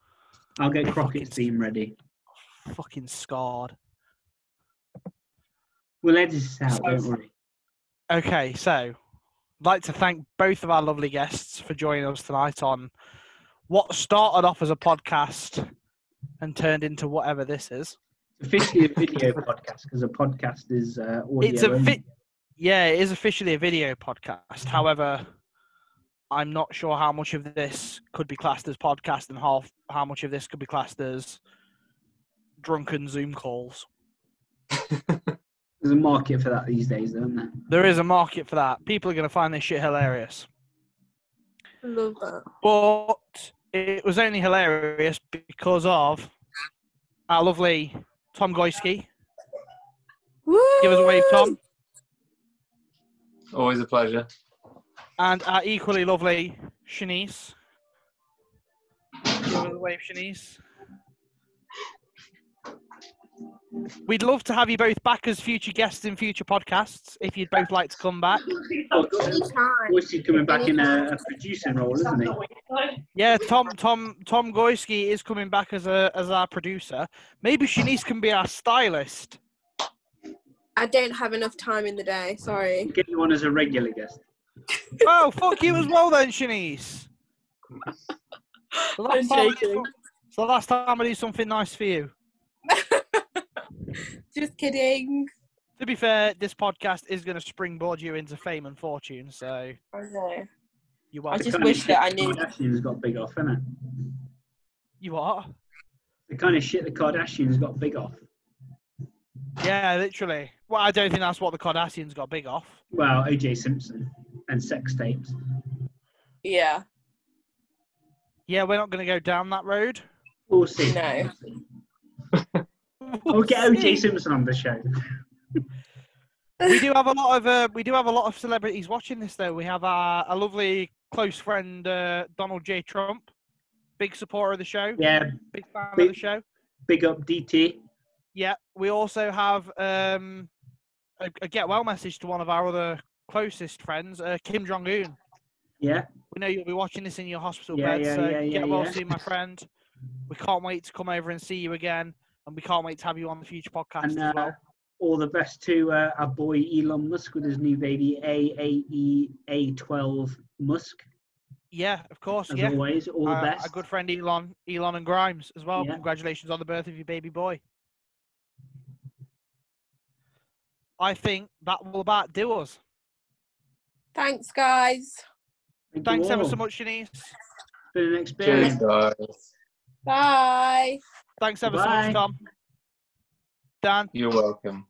B: I'll get
A: fucking-
B: Crockett's theme ready.
A: Fucking scarred.
B: We'll edit this out,
A: So-
B: don't worry.
A: [laughs] Okay, so I'd like to thank both of our lovely guests for joining us tonight on what started off as a podcast and turned into whatever this is.
B: It's officially a video podcast because a podcast is uh, audio.
A: It's a
B: only.
A: vi- yeah, it is officially a video podcast. However, I'm not sure how much of this could be classed as podcast and half how much of this could be classed as drunken Zoom calls.
B: There's a market for that these days, isn't there?
A: There is a market for that. People are going to find this shit hilarious.
D: Love that.
A: But it was only hilarious because of our lovely Tom Goyski. Give us a wave, Tom.
C: Always a pleasure.
A: And our equally lovely Shanice. Give us a wave, Shanice. We'd love to have you both back as future guests in future podcasts if you'd both like to come back.
B: Oh, God. Voice coming back in a, a producing role, isn't he?
A: Yeah, Tom Tom Tom Goyski is coming back as a as our producer. Maybe Shanice can be our stylist.
E: I don't have enough time in the day. Sorry.
B: Get you on as a regular guest.
A: Oh fuck you as well then, Shanice. The last
E: I'm
A: time I did
E: joking.
A: some- it's the last time I do something nice for you.
E: Just kidding.
A: To be fair, this podcast is going to springboard you into fame and fortune, so
E: I know.
A: you
E: I
A: are.
E: just
B: kind of
E: wish that I
B: shit [laughs]
E: knew-
B: The Kardashians got big off, innit?
A: You are.
B: The kind of shit the Kardashians got big off.
A: Yeah, literally. Well, I don't think that's what the Kardashians got big off.
B: Well, OJ Simpson and sex tapes.
E: Yeah.
A: Yeah, we're not going to go down that road.
B: We'll see.
E: No.
B: We'll get
A: [laughs]
B: OJ Simpson on the show.
A: we do have a lot of uh, we do have a lot of celebrities watching this though. We have our, a lovely close friend uh, Donald J. Trump, big supporter of the show,
B: Yeah,
A: big fan of
B: big-
A: the show.
B: big up DT.
A: Yeah, we also have um, a, a get well message to one of our other closest friends, uh, Kim Jong Un.
B: Yeah,
A: We know you'll be watching this in your hospital
B: Yeah,
A: bed,
B: yeah,
A: so
B: yeah, yeah,
A: get well
B: yeah.
A: soon, my friend. We can't wait to come over and see you again, and we can't wait to have you on the future podcast
B: and
A: as well.
B: uh, all the best to uh, our boy Elon Musk with his new baby AAEA12 Musk.
A: Yeah, of course.
B: As
A: yeah. Uh,
B: always, all the
A: Our-
B: best.
A: Our good friend Elon, Elon and Grimes as well.
B: Yeah.
A: Congratulations on the birth of your baby boy. I think that will about do us.
E: Thanks, guys.
B: Thank you
A: Thanks ever
B: all.
A: so much, Shanice.
B: It's been an
C: Cheers,
B: experience.
C: guys.
E: Bye.
A: Thanks ever so
B: Bye.
A: much, Tom. Dan,
C: You're welcome.